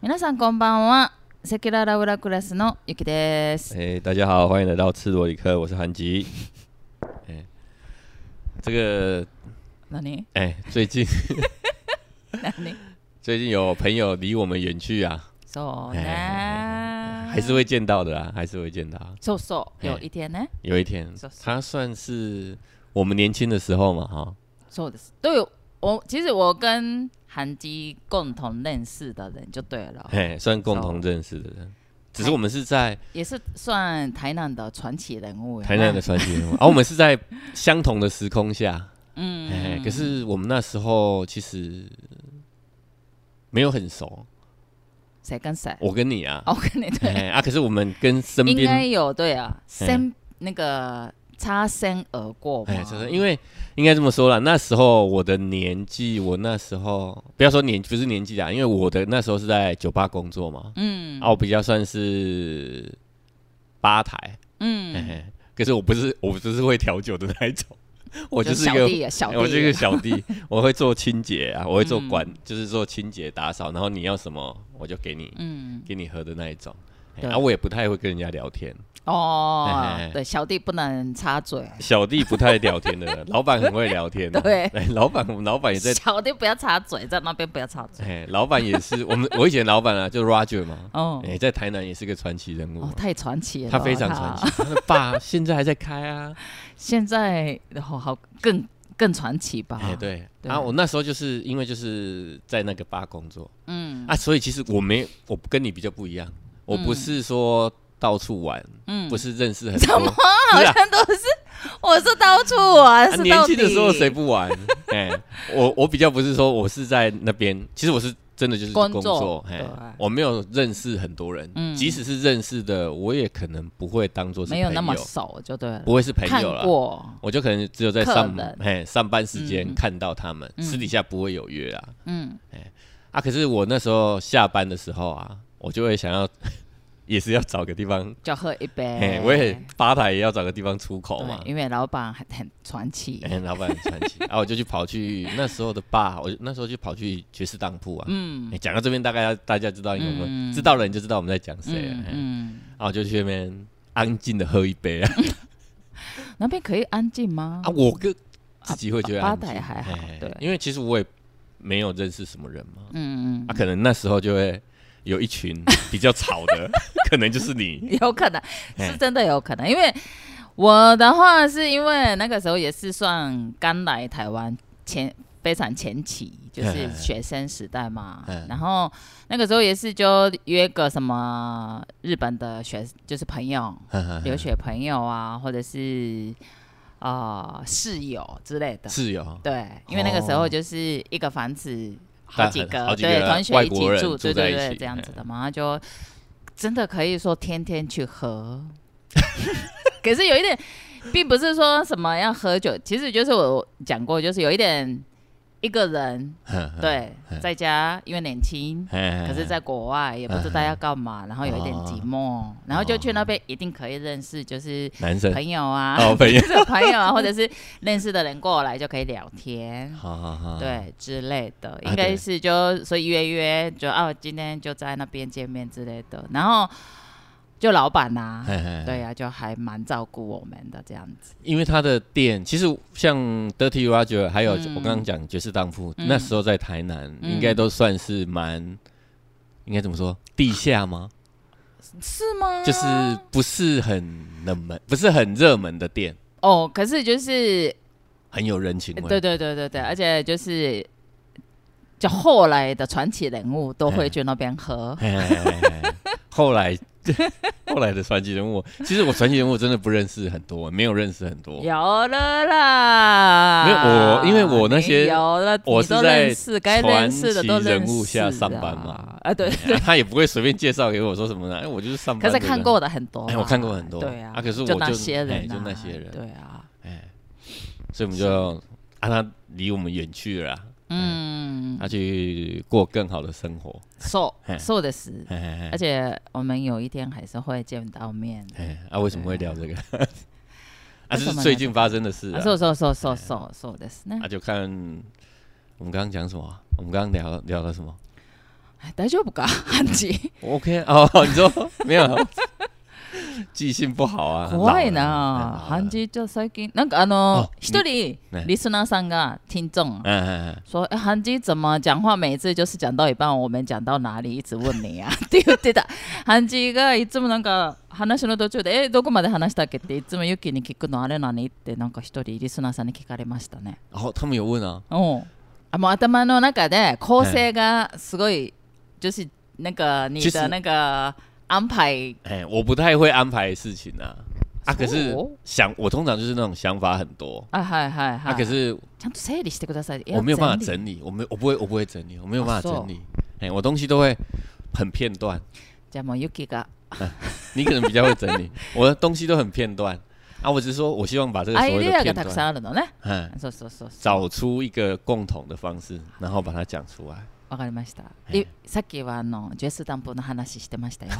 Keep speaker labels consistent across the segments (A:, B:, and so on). A: 皆さんこんばんは。セキュララウラクラスのゆきです。
B: 哎、大家好，欢迎来到赤裸里克，我是韩吉。 哎、这个
A: 何？
B: 哎、最近
A: 何？
B: 最近有朋友离我们远去啊，
A: そうね。
B: 还是会见到的啊啦，还是会见到。
A: そうそう。
B: 哎
A: 有一天ね。
B: 有一天
A: 是，啊哦是
B: 他算是我们年轻的时候嘛，哈，
A: そうです。都有我，其实我跟韩基共同认识的人就对了，
B: 哎、算共同认识的人。只是我们是在
A: 也是算台南的传奇人物。
B: 台南的，传奇人物，哦而、我们是在相同的时空下。
A: 嗯，
B: 哎、可是我们那时候其实没有很熟，
A: 谁跟谁？
B: 我跟你啊，
A: 哦，我跟你对，
B: 哎啊，可是我们跟身
A: 应该
B: 边，
A: 有对啊，身那个擦身而过嘛
B: 哎，就是因为应该这么说啦，那时候我的年纪，我那时候不要说年不是年纪啦，因为我的那时候是在酒吧工作嘛，
A: 嗯
B: 啊，我比较算是吧台，嘿
A: 嗯，
B: 嘿可是我不是我不是会调酒的那一种， 我就是一
A: 小
B: 个
A: 弟啊，小
B: 我是
A: 弟
B: 一个
A: 啊，
B: 小 弟，我会做清洁啊，我会做
A: 嗯
B: 管，就是做清洁打扫，然后你要什么我就给你
A: 嗯，
B: 给你喝的那一种，哎
A: 对
B: 啊，我也不太会跟人家聊天。哎哎
A: 哦
B: 哎，
A: 对，小弟不能插嘴，
B: 小弟不太聊天的， 老板很会聊天的。
A: 对
B: 哎，老板，我们老板也在，
A: 小弟不要插嘴，在那边不要插嘴，
B: 哎，老板也是我们我以前老板啊，就 Roger 嘛，
A: 哦
B: 哎，在台南也是个传奇人物
A: 哦
B: 嘛，，
A: 太传奇了，
B: 他非常传。奇，他的爸现在还在开啊，
A: 现在好好更更传奇吧？
B: 哎，，对，
A: 对
B: 啊，我那时候就是因为就是在那个吧工作
A: 嗯
B: 啊，所以其实我没我跟你比较不一样，我不是说到处玩，
A: 嗯，
B: 不是认识很
A: 怎
B: 多
A: 么，
B: 是
A: 好
B: 啊
A: 像都是我是到处玩，
B: 啊
A: 是
B: 年
A: 到
B: 轻的时候
A: 底
B: 谁不 玩？哎，我我比较不是说我是在那边，其实我是真的就是去
A: 工
B: 工
A: 作
B: 作，哎
A: 对，
B: 我没有认识很多人，
A: 嗯
B: 即使是认识的，我也可能不会当做是
A: 没有那么
B: 朋友
A: 熟就对了，
B: 不会是朋
A: 看
B: 友了。
A: 过，
B: 我就可能只有在
A: 客
B: 上
A: 人
B: 哎上班时间
A: 嗯
B: 看到他们，
A: 嗯
B: 私底下不会有约啊
A: 嗯，
B: 啊！可是我那时候下班的时候啊，我就会想要， 也是要找个地方，
A: 就喝一杯
B: 哎，，我也吧台也要找个地方出口
A: 对
B: 嘛。
A: 因为老板很很传奇，
B: 哎，老板很传奇，啊，我就去跑去那时候的吧，我就那时候就跑去爵士当铺啊。
A: 嗯
B: 哎讲到这边，大概大家知道，因为我
A: 嗯
B: 们知道了，你就知道我们在讲谁了。
A: 嗯
B: 哎
A: 嗯，
B: 啊，我就去那边安静的喝一杯啊。
A: 那边可以安静吗
B: 啊，？我个自己会觉得
A: 吧
B: 安静
A: 台啊还好
B: 哎，
A: 对
B: 因为其实我也没有认识什么人嘛，
A: 嗯
B: 啊，可能那时候就会有一群比较吵的， 可能就是你，
A: 嗯，有可能
B: 哎
A: 是真的有可能，因为我的话是因为那个时候也是算刚来台湾前非常前期，就是
B: 哎
A: 学生时代嘛
B: 哎。
A: 然后那个时候也是就约个什么日本的学就是朋友，留学朋友啊，或者是啊、呃室友之类的。
B: 是哦有
A: 对，因为那个时候
B: 哦
A: 就是一个房子好
B: 大
A: 几个，
B: 好几
A: 对，
B: 个
A: 同学
B: 外
A: 一起
B: 国人
A: 住，
B: 住
A: 对
B: 在
A: 对
B: 一
A: 对，
B: 起
A: 这样
B: 嗯
A: 子的嘛，就真的可以说天天去喝。 可是有一点，并不是说什么要喝酒，其实就是我讲过，就是有一点一个人对
B: 嗯
A: 在家，因为年轻，可
B: 可
A: 是，在国外也不知道
B: 嗯
A: 要干嘛，然后有一点寂
B: 哦
A: 寞，然后就去那边一定可以认识，就是
B: 男生
A: 朋友啊，
B: 哦朋友
A: 就是朋友啊，或者是认识的人过来就可以聊天，
B: 好好好，
A: 对之类的，
B: 对
A: 应该是就所以约约就哦，今天就在那边见面之类的，然后就老板呐、
B: 嘿，嘿
A: 对，呀、啊就还蛮照顾我们的这样子，
B: 因为他的店其实像 Dirty Roger，还有
A: 嗯
B: 我刚刚讲爵士当铺，
A: 嗯
B: 那时候在台南
A: 嗯
B: 应该都算是蛮，应该怎么说，地下吗？
A: 是吗？
B: 就是不是很冷门，不是很热门的店，
A: 哦，可是就是
B: 很有人情味。
A: 对对对对
B: 嗯
A: 对，而且就是就后来的传奇人物都会去那边喝，
B: 嘿嘿嘿嘿嘿后来 后来的传奇人物，其实我传奇人物真的不认识很多，没有认识很多。
A: 有了啦。
B: 没有我因为我那些
A: 你有了，
B: 我
A: 你
B: 是
A: 都
B: 在
A: 认识该认识的都
B: 传奇
A: 认
B: 人物
A: 识
B: 下上班
A: 啊
B: 嘛，
A: 啊 对。
B: 啊他也不会随便介绍给我说什么呢？哎，我就是上
A: 可
B: 班。
A: 是看。过的很多啦，
B: 哎我看过很多
A: 对啊，
B: 啊可是我
A: 就那
B: 就
A: 些人
B: 哎
A: 啊，
B: 就那些人
A: 对啊，
B: 哎，所以我们就啊，他离我们远去了啦，
A: 嗯，
B: 他去过更好的生活。
A: 瘦
B: 嘿
A: 瘦的是，
B: 嘿嘿
A: 而
B: 嘿
A: 且我们有一天还是会见到面，
B: 嘿啊，为什么会聊这个？ 啊，
A: 为
B: 这
A: 什么
B: 是
A: 呢
B: 最近发生的事
A: 啊，
B: 啊。
A: 瘦瘦瘦瘦瘦瘦的是，那
B: 啊，就看我们刚刚讲什么啊、我们刚刚聊聊了什么？
A: 大丈夫 か？安吉，
B: OK 哦， 你说没有，记性不好啊，
A: 怖い
B: 老
A: な
B: 了。
A: 安，吉就最近なんかあの
B: あ
A: 一人
B: ね
A: リスナーさんが听众啊
B: 老了嗯嗯嗯，
A: 说哎韩基怎么讲话，每次就是讲到一半，我们讲到哪里，一直问你啊， って言ってた。韓基がいつもなんか話の途中で、え、どこまで話したっけっていつもユキに聞くのあれ何ってなんか一人リスナーさんに聞かれましたね。
B: 然后他们有问啊，
A: うん。あもう頭の中で構成がすごい、就是なんか你
B: 就是
A: 的那个安排
B: 哎，我不太会安排事情啊，啊，可是
A: 哦
B: 想我通常就是那种想法很多，
A: あはいはいは
B: 啊，
A: い。
B: 可是
A: ちゃんと整理してください。
B: 我没有办法
A: 整理
B: 整理，我没我不会我不会整理，我没有办法
A: 哦
B: 整理，哎，我东西都会很片段，
A: じゃあもうユキが
B: 你可能比较 会整理，我的东西都很片段啊，我只是说我希望把这个
A: アイ
B: 所谓
A: デア
B: 的
A: が
B: 片
A: たくさんあ
B: 段，
A: るのね。
B: 嗯，
A: そうそうそうそう。
B: 找出一个共同的方式，然后把它讲出来。
A: わかりました。
B: い
A: いさっきはあのジュエスダンプの話してま したよ。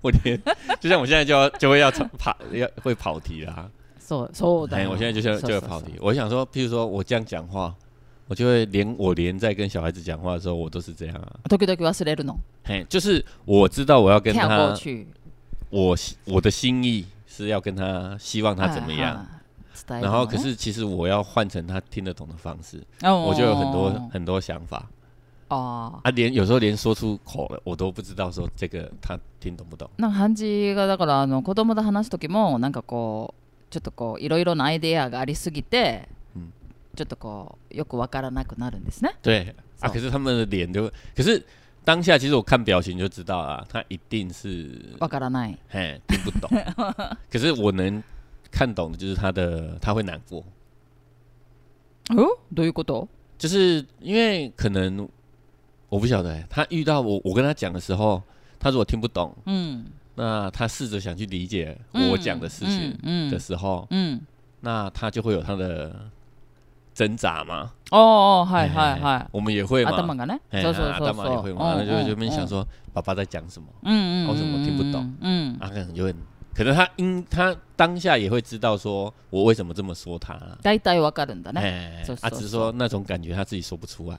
B: 我连就像我现在就要就会要吵跑要会跑题啦。
A: そうそうだ
B: 哎，
A: よ。
B: 我现在就像就会跑
A: そうそう
B: 题
A: そ。
B: 我想说，譬如说我这样讲话，我就会连我连在跟小孩子讲话的时候，我都是这样啊。
A: う時々忘れるの。
B: 嘿，就是我知道我要跟
A: 跳过
B: 他，
A: 去。
B: 我希我的心意是要跟他，希望他怎么
A: 嗯
B: 样。
A: はいはい伝えるのね
B: 然后可是其实我要换成他听得懂的方式，
A: うん
B: 我就有很多很多想法
A: ああ。
B: 啊，连有时候连说出口了，我都不知道说这个他听懂不懂。
A: なんか漢字がだからあの子供と話す時もなんかこうちょっとこういろいろなアイデアがありすぎて
B: うん。
A: ちょっとこうよくわからなくなるんですね。
B: 对啊，
A: 走
B: 可是他们的脸就，可是当下其实我看表情就知道啊，他一定是
A: わからない。
B: 嘿听不懂。可是我能看懂的就是他的，他会难过，
A: おどういうこと？
B: 就是因为可能我不晓得欸、他遇到我，我跟他讲的时候，他如果听不懂，
A: うん。
B: 那他试着想去理解我讲的事情
A: うんう
B: 的
A: ん。
B: 时候，
A: うん。
B: 那他就会有他的挣扎嘛。
A: おーおーはいはいは
B: 嘿嘿
A: い
B: 嘿。我们也会嘛。
A: 頭がね。
B: 嘿
A: そうそう
B: 啊
A: そう
B: 大妈也
A: そ
B: 会
A: う。
B: 嘛，那就就
A: うん
B: 边想说爸爸在讲什么。
A: 嗯嗯，
B: 哦什么
A: 嗯
B: 听不懂？
A: 嗯，嗯
B: 啊，可能就会，可能他因他当下也会知道说我为什么这么说他啦，
A: 大体わかるんだね。
B: 哎、
A: そう
B: 啊，
A: そう
B: 只是说嗯那种感觉他自己说不出来，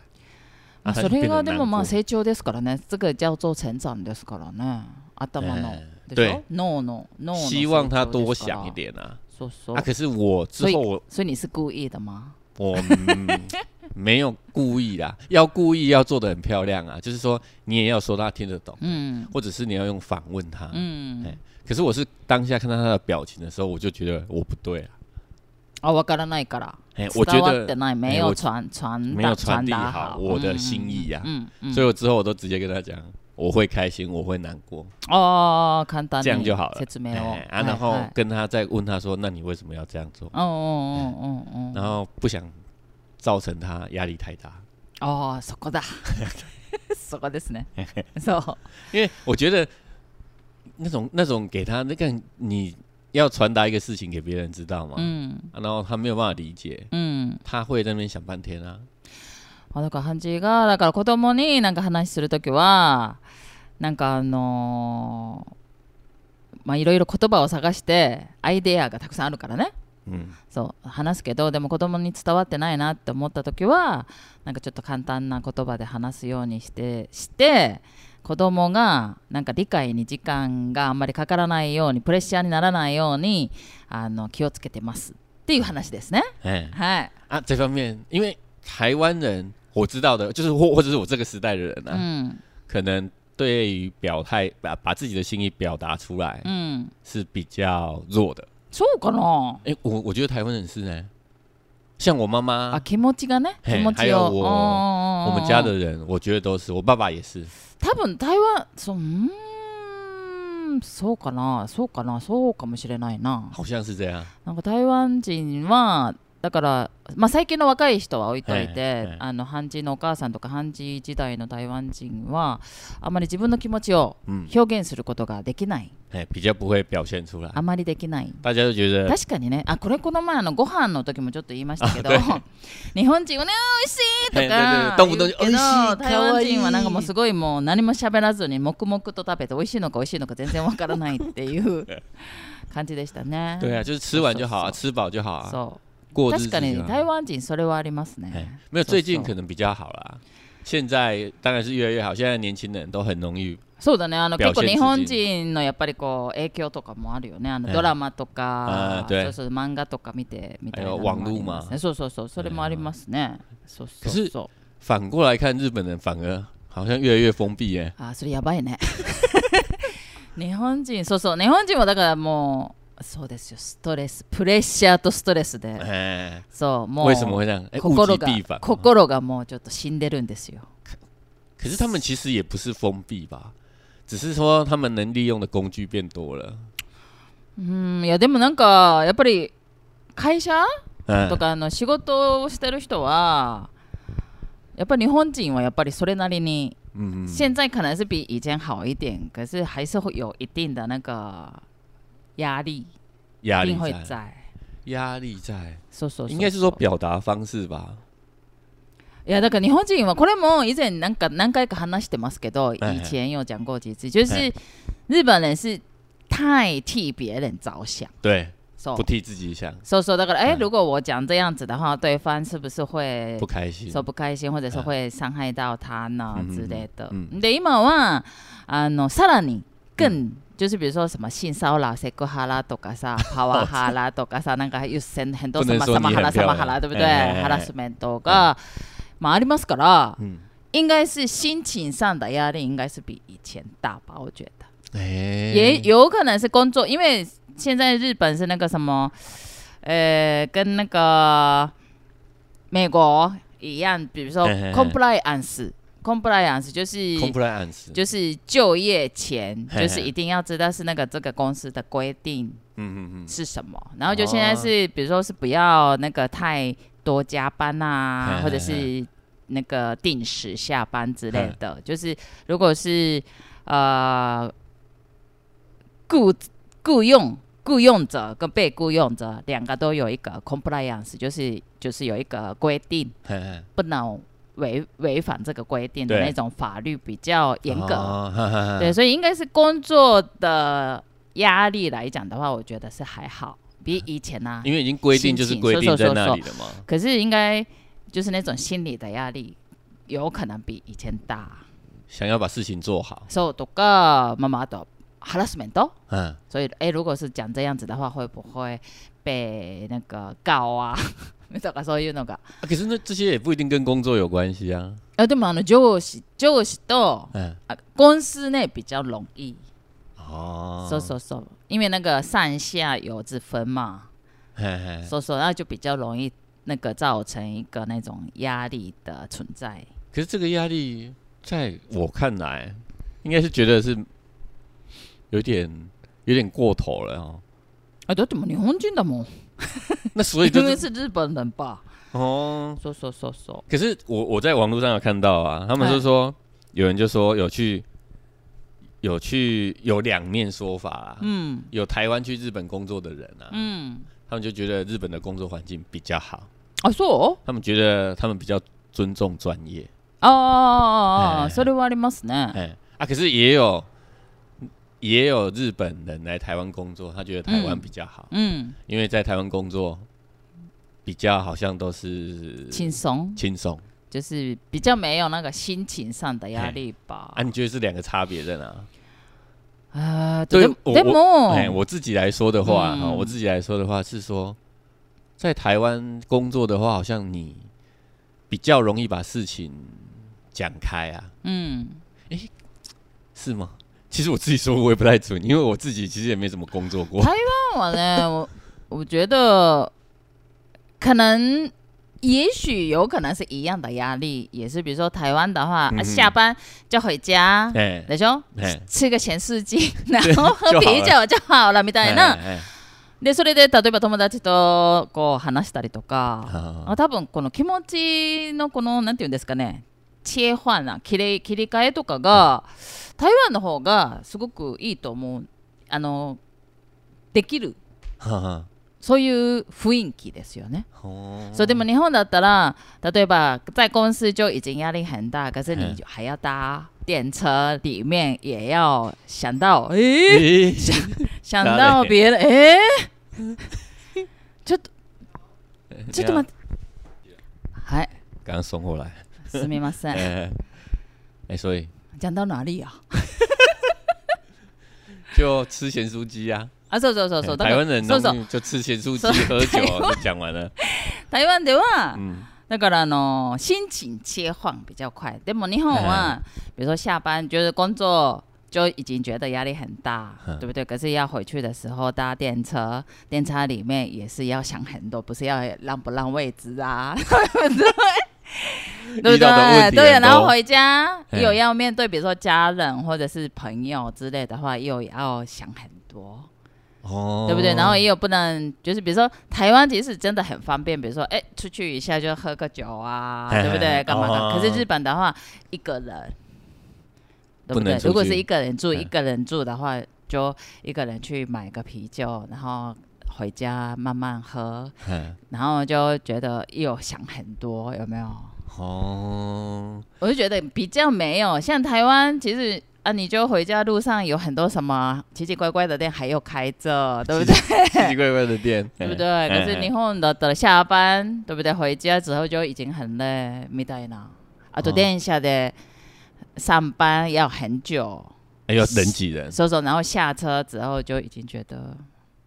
B: 啊
A: まあ
B: 他
A: そ
B: 就
A: れ
B: 变得
A: がで
B: 难
A: もまあ
B: 过。
A: 成長ですからね。这个叫做成長ですからね。頭の
B: 哎
A: でしょ
B: 对，
A: 脳の脳の成長ですから。
B: 希望他多想一点啊。
A: そうそう
B: 啊，。可是我之
A: 所以
B: 后我
A: 所以你是故意的吗？
B: 我、嗯、没有故意啦， 要故意要做的很漂亮啊，就是说你也要说他听得懂，
A: 嗯
B: 或者是你要用反问他。
A: 嗯
B: 哎。可是我是当下看到他的表情的时候，我就觉得我不对啊，
A: 啊，わからないから。
B: 哎、我觉
A: 伝わって
B: 得
A: ない。没
B: 哎
A: 有
B: 我
A: 传传
B: 没
A: 达
B: 有传递
A: 达
B: 好
A: 好
B: 我的心意啊
A: 嗯嗯。
B: 所以我之后我都直接跟他讲，我会开心，我会难过，
A: 哦，简単に
B: 这样就好了。
A: 説明を
B: 哎。啊，然后
A: はいはい
B: 跟他再问他说，那你为什么要这样做？
A: 哦哦哦哦
B: 然
A: 哦。
B: 后不想造成他压力太大，
A: ああそ こだそこです ねそう
B: 因为我觉得那种那种给他那个你要传达一个事情给别人知道嘛、
A: うん
B: 啊然后他没有办法理解，
A: うん
B: 他会在那边想半天啊。
A: あだからハンジがだから子供になんか話するときはなんかあのーまあいろいろ言葉を探してアイデアがたくさんあるからね
B: 嗯，
A: そう話すけどでも子供に伝わってないなって思った時はなんかちょっと簡単な言葉で話すようにしてして子供がなんか理解に時間があんまりかからないようにプレッシャーにならないようにあの気をつけてますっていう話ですね。
B: 哎
A: はい、
B: 啊，这方面因为台湾人我知道的，就是或或者是我这个时代的人
A: う
B: 啊，
A: ん
B: 可能对于表态把把自己的心意表达出来
A: うん、
B: 是比较弱的。
A: そうかな
B: 哎、我我觉得台湾人是呢、像我妈
A: あ
B: 妈，
A: 気持ちがね
B: へ
A: 気持
B: 还
A: ち
B: 有
A: を。
B: 我
A: 我
B: 我们家的人，我觉得都是，我爸爸也是。
A: 多分台湾そううーんそうかなそうかなそうかもしれないな。
B: 好像是这样。
A: なんか台湾人はだから、まあ、最近の若い人は置いといて、
B: はいはい
A: あのハンジのお母さんとかハンジ時代の台湾人はあまり自分の気持ちを
B: 嗯，
A: 表現することができない
B: 哎、比较不会表现出来，
A: あまりできない
B: 大家都觉得
A: 確かにねあこれこの前あのご飯の時もちょっと言いましたけど
B: あ
A: 日本人はね美味しいと
B: はいはいはいは
A: か
B: い動物の
A: 言うけど
B: 美味しい
A: 台湾人はなんかもう
B: 可愛い
A: すごいもう何も喋らずに黙々と食べて美味しいのか美味しいのか全然わからないっていう 感じでしたね。
B: 对啊，就是吃完就好啊，
A: そう
B: 吃饱就好啊，
A: そう
B: 过日
A: 確
B: 子
A: かに
B: 就好
A: 台。湾人それはあります
B: 哎
A: ね。
B: 没有，
A: そうそう
B: 最近可能比较好啦。现在当然是越来越好，现在年轻人都很容易
A: そうだねあの
B: 表
A: 結
B: 現
A: 構日本人のやっぱりこう影響とかもあるよねあの
B: うん
A: ドラマと
B: あ
A: か、
B: ー对
A: そうそう漫画とか見てみたいな
B: 还有
A: のもあります
B: 网络嘛
A: ねそうそうそうそれもありますね、そうそう
B: 可是
A: そう
B: 反过来看日本人，反而好像越来越封闭耶。
A: あーそれやばいね日本人そうそう日本人はだからもうそうですよストレスプレッシャーとストレスで
B: 哎，
A: そうもう
B: 为什么会这样？哎，物
A: 心
B: 极
A: が
B: 必反。
A: 心がもうちょっと死んでるんですよ
B: 可是他们其实也不是封闭吧，只是说他们能利用的工具变多了。
A: うんいやでもなんかやっぱり会社
B: 嗯
A: と，かあの仕事をしてる人はやっぱり日本人はやっぱりそれなりに、
B: 嗯
A: 现在可能是比以前好一点，可是还是会有一定的那个压力，
B: 压
A: 一
B: 力
A: 定会
B: 在，
A: 在。
B: 压力在，
A: そうそうそう
B: 应该是说表达方式吧。
A: いやだから日本人はこれも以前なんか何回か話してますけど、
B: 哎
A: 以前有讲过几次，就是
B: 哎
A: 日本人是太替别人着想，
B: 对，
A: そう
B: 不替自己想，
A: そうそうだから哎、
B: 嗯
A: 如果我讲这样子的话，对方是不是会
B: 不开心
A: そう。不開心或者是
B: うん
A: 会伤害到他呢
B: 嗯
A: 之类的
B: 嗯。
A: で今はあのさらに更就是比如说什么性骚扰、セクハラとかさ、パワハラとかさ、なんか有很很多
B: 不
A: 什
B: 能
A: 么
B: 说
A: 什么
B: 你
A: ハ
B: 很
A: ラ什
B: 漂
A: 么
B: 亮
A: ハラ，对不对？
B: 哎哎哎
A: ハラスメントがまあありますから、
B: 嗯，
A: 应该是心情上的压力应该是比以前大吧，我觉得。
B: 哎，
A: 也有可能是工作，因为现在日本是那个什么，呃，跟那个美国一样，比如说
B: 嘿嘿嘿
A: compliance，compliance 就是
B: ，compliance，
A: 就是就业前，
B: 嘿嘿
A: 就是一定要知道是那个这个公司的规定
B: 嗯哦嗯嗯，
A: 是什么，然后就现在是比如说是不要那个太多加班
B: 嘿
A: 啊
B: 嘿，嘿
A: 或者是那个定时下班之类的，就是如果是呃雇雇佣雇佣者跟被雇佣者两个都有一个 compliance，就是就是有一个规定，
B: 嘿嘿
A: 不能违违反这个规定的
B: 对
A: 那种法律比较严格。
B: 哦哈哈哈
A: 对，所以应该是工作的压力来讲的话，我觉得是还好，比以前呢、
B: 因为已经规定
A: 心
B: 就是
A: 情
B: 规
A: 说
B: 定
A: 说
B: 在
A: 说
B: 那
A: 说
B: 里了嘛。
A: 可是应该就是那种心理的压力，有可能比以前大。
B: 想要把事情做好，
A: 所以とかまあまああとハラスメント，
B: 嗯，
A: 哦所以哎，如果是讲这样子的话，会不会被那个告啊？ とかそういうのが。
B: 啊可是那这些也不一定跟工作有关系啊，
A: あでもあの上司上司と
B: 嗯，
A: あ呃公司内比较容易，
B: 哦，
A: そうそうそう，因为那个上下游之分嘛。
B: 嘿嘿，
A: 说说，那就比较容易那个造成一个那种压力的存在。
B: 可是这个压力，在我看来，应该是觉得是有点有点过头了哦。
A: 啊，对，怎么日本人的嘛？
B: 那所以 就
A: 因为
B: 是
A: 是日本人吧？
B: 哦，
A: 说说说说，
B: 可是我我在网络上有看到啊，他们就
A: 哎
B: 说、有人就说有去有去有两面说法啦，
A: 嗯
B: 有台湾去日本工作的人啊，
A: 嗯，
B: 他们就觉得日本的工作环境比较好，
A: 啊，そう哦
B: 他们觉得他们比较尊重专业，
A: 哦哦哦
B: 哎
A: 哦，それはありますね。
B: 哎、啊，可是也有也有日本人来台湾工作，他觉得台湾
A: 嗯
B: 比较好，
A: 嗯，
B: 因为在台湾工作比较好像都是
A: 轻松
B: 轻松
A: 就是比较没有那个心情上的压力吧
B: 啊，。你觉得这两个差别在哪？
A: 啊，
B: 对
A: で
B: 我
A: もで
B: 哎、
A: も
B: 我自己来说的话，哈、
A: 嗯
B: 我自己来说的话是说，在台湾工作的话，好像你比较容易把事情讲开啊，
A: 嗯，
B: 是吗？其实我自己说我也不太准，因为我自己其实也没怎么工作过。
A: 那我呢，我我觉得可能。也许有可能是一样的压力，也是比如说台湾的话，
B: 嗯
A: 啊、
B: 哼
A: 下班就回家，
B: 哎
A: 那就
B: 哎
A: 吃个咸酥鸡，然后喝
B: 就好
A: 啤酒就好了，みたい
B: 哎
A: な。
B: 哎
A: でそれで例えば友達とこう話したりとか、
B: 啊
A: あ多分この気持ちのこのなんていうんですかね、切換な切り切り替えとかが台湾の方がすごくいいと思う。あのできる。
B: 哈哈
A: そういう雰囲気ですよね。
B: 哦
A: 所以でも日本だったら、例えば在公司就已经压力很大，可是你
B: 嗯
A: 还要搭电车，里面也要想到，诶、
B: 咦
A: 想到别人， 诶、ちょっとちょっと待って、はい、
B: 哎 刚刚送过来，
A: すみませ
B: 哎
A: ん。
B: 哎、哎所以
A: 讲到哪里啊？
B: 就吃咸酥鸡啊。
A: あ、そうそうそうそう。
B: 哎
A: だから
B: 台湾人
A: そうそう
B: 容。易就吃咸酥鸡
A: そう、
B: 喝酒就讲完了。
A: 台湾では、
B: 嗯，
A: だからあの心情切换比较快。でも日本
B: 哎
A: は、比如说下班就是工作。就已经觉得压力很大，
B: 嗯
A: 对不对？可是要回去的时候搭电车，电车里面也是要想很多，不是要让不让位置 啊，对不对？对不
B: 遇到的问
A: 对？
B: 题
A: 对，
B: 很多
A: 然后回家
B: 嗯
A: 有要面对，比如说家人或者是朋友之类的话，又要想很多。
B: 哦，
A: 对不对？然后也有不能，就是比如说台湾其实真的很方便，比如说哎出去一下就喝个酒啊，
B: 嘿嘿
A: 对不对？干嘛干嘛？
B: 哦
A: 可是日本的话，一个人，对
B: 不
A: 对
B: 能？出
A: 如果
B: 去
A: 是一个人住，
B: 嗯
A: 一个人住的话，就一个人去买个啤酒，然后回家慢慢喝，
B: 嗯
A: 然后就觉得又想很多，有没有？
B: 哦，
A: 我就觉得比较没有，像台湾其实。啊，你就回家路上有很多什么奇奇怪怪的店还有开着，对不对？
B: 奇奇怪怪的店，
A: 对不
B: 哎
A: 对？可是
B: 哎
A: 日本的的下班，对不对？回家之后就已经很累，みたいな。あと
B: 哦
A: 電車で上班要很久，
B: 哎呦人挤人
A: 所以说然后下车之后就已经觉得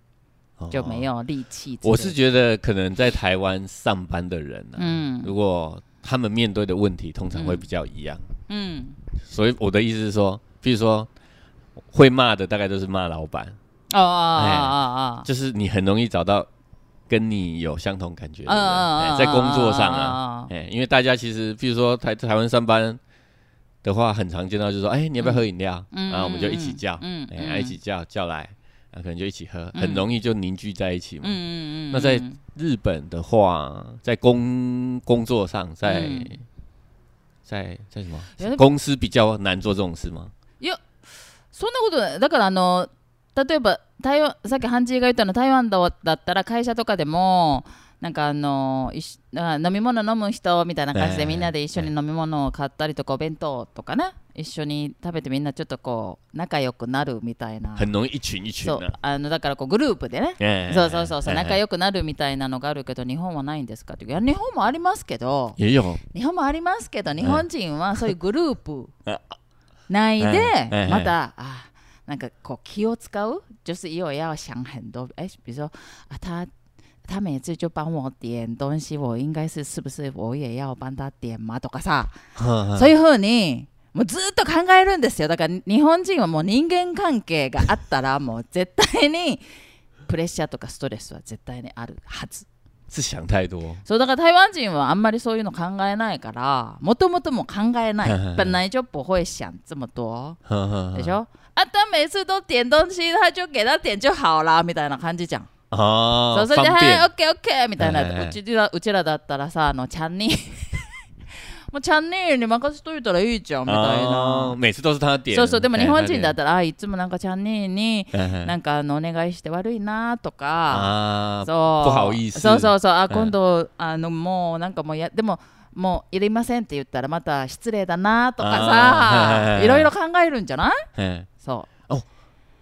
A: 就没。
B: 哦
A: 有力气之类的。
B: 我是觉得可能在台湾上班的人啊，
A: 嗯
B: 如果他们面对的问题通常会比较一样，
A: 嗯
B: 所以我的意思是说，比如说会骂的大概都是骂老板，
A: 哦哦哦
B: 哎
A: 哦哦，
B: 就是你很容易找到跟你有相同感觉的
A: 嗯
B: 人，
A: 嗯
B: 哎
A: 嗯，
B: 在工作上啊，
A: 啊，嗯嗯嗯
B: 哎，因为大家其实，比如说台台湾上班的话，很常见到就是说，哎，你要不要喝饮料？
A: 嗯
B: 然后我们就一起叫，
A: 嗯
B: 哎，
A: 嗯
B: 啊一起叫叫来，啊，可能就一起喝，很容易就凝聚在一起嘛。
A: 嗯嗯嗯，
B: 那在
A: 嗯
B: 日本的话，在工工作上，在、
A: 嗯
B: 在在什么
A: 有的
B: 公司比较难做这种事吗？
A: そんなことないだからあの例えば台湾さっきハンジーが言ったの台湾だだったら会社とかでもなんかあのいしあ飲み物飲む人みたいな感じ
B: ええ
A: でみんなで一緒に飲み物を買ったりとかお弁当とかね一緒に食べてみんなちょっとこう仲良くなるみたいな
B: 很容易一群一群
A: そう
B: 的、
A: あのだからこうグループでね
B: 哎
A: そうそうそうそう
B: 哎
A: 仲良くなるみたいなのがあるけど日本はないんですかっていや日本もありますけど
B: 也有
A: 日本もありますけど日本人はそういうグループ内
B: うんうんう
A: で
B: ん
A: またあなんかこう気を使う就是因为要想很多哎比如说啊他他每次就帮我点东西我应该是是不是我也要帮他点嘛とかさ
B: 所
A: そういうふうにもうずっと考えるんですよだから日本人はもう人間関係があったらもう絶対にプレッシャーとかストレスは絶対にあるはず
B: 是想太多，
A: そうだから台湾人はあんまりそういうの考えないからもともとも考えない本来就不会想这么多
B: 呵呵
A: でしょあ他每次都点东西他就给他点就好啦みたいな感じじゃんそ
B: 哦
A: うそれで「
B: 方
A: はいオ
B: 便
A: ッケーオッケー」みたいな
B: はいはいはいう
A: ちらうちらだったらさあのちゃんに もうちゃんにに任せといたらいいじゃんみたい
B: 哦
A: な
B: 每次都是他点，
A: そうそうでも日本人だっ
B: 的
A: たらあいつもなんかちゃんにになんかあのお願いして悪いなとか
B: 嗯啊，
A: そう
B: 不好意思
A: そうそうそうあ
B: ん
A: 今度、あのもうなんかもうやでももういりませんって言ったらまた失礼だなとか
B: あーはいはい
A: さ
B: はい
A: いろいろ考えるんじゃない
B: 嗯，
A: そ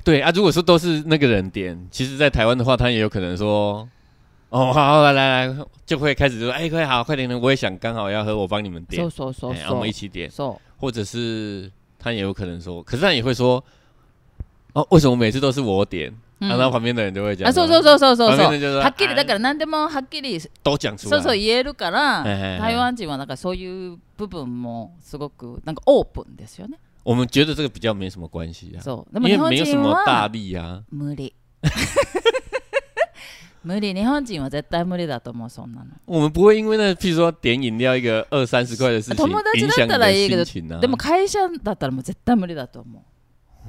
B: 对啊，如果说都是那个人点，其实，在台湾的话，他也有可能说。哦，好好，来来来，就会开始就说，哎、快好，快点，我也想刚好要喝，我帮你们
A: う
B: 点
A: そ，うそうそう
B: 哎啊我
A: そう
B: 们一起点，
A: そ
B: 或者是他也有可能说，可是他也会说，哦，为什么每次都是我点？
A: う、う
B: 啊然后旁边的人就会
A: ん
B: 讲
A: あ
B: 说，
A: そうそうそうそうそう
B: 旁
A: そ
B: 边的
A: う
B: 人就说，哎
A: はっきりだからら何でもはっきり
B: 都讲出
A: そうそう
B: 来，
A: 言えるか
B: はい
A: ら
B: はいはい
A: 台湾人はなんかそういう部分もすごくなんかオープンですよね
B: 我们觉得这个比较没什么关系啊，
A: そうで
B: 因
A: も日本
B: 为没有什
A: 人
B: 么大
A: は
B: 力啊，
A: 無理 無理日本人は絶対無理だと思うそんなの
B: 我们不会因为那譬如说点饮料一个二三十块的事情
A: 友達
B: 影
A: だ
B: 响
A: っ
B: 你
A: たら
B: 的
A: いいけど
B: 心情啊，
A: でも会社だったらもう絶対無理だと思う。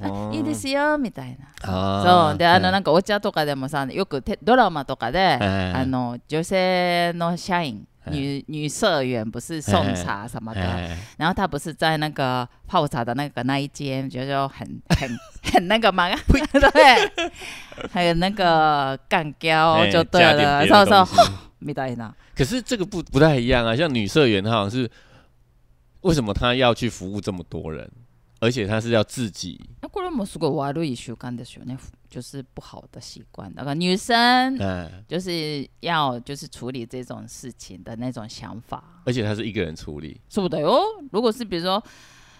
B: 哦
A: あいいですよみたいな。
B: 啊
A: そうであの
B: 嗯
A: なんかお茶とかでもさよくテドラマとかで
B: 哎
A: あの女性の社員
B: 哎
A: 女女社员不是送茶什么的，
B: 哎
A: 然后她不是在那个泡茶的那个那一间，就就 很很很那个嘛，对，还 有那个干胶
B: 哎
A: 哦就对
B: 加点
A: 了，
B: 别的
A: そうそう
B: 东西
A: みたいな。
B: 可是这个不不太一样啊，像女社员，她好像是为什么她要去服务这么多人，而且她是要自己
A: あこれもすごい悪い習慣ですよね，就是不好的习惯。那个女生
B: 嗯，
A: 就是要就是处理这种事情的那种想法，
B: 而且他是一个人处理，
A: 是不对哦。如果是比如说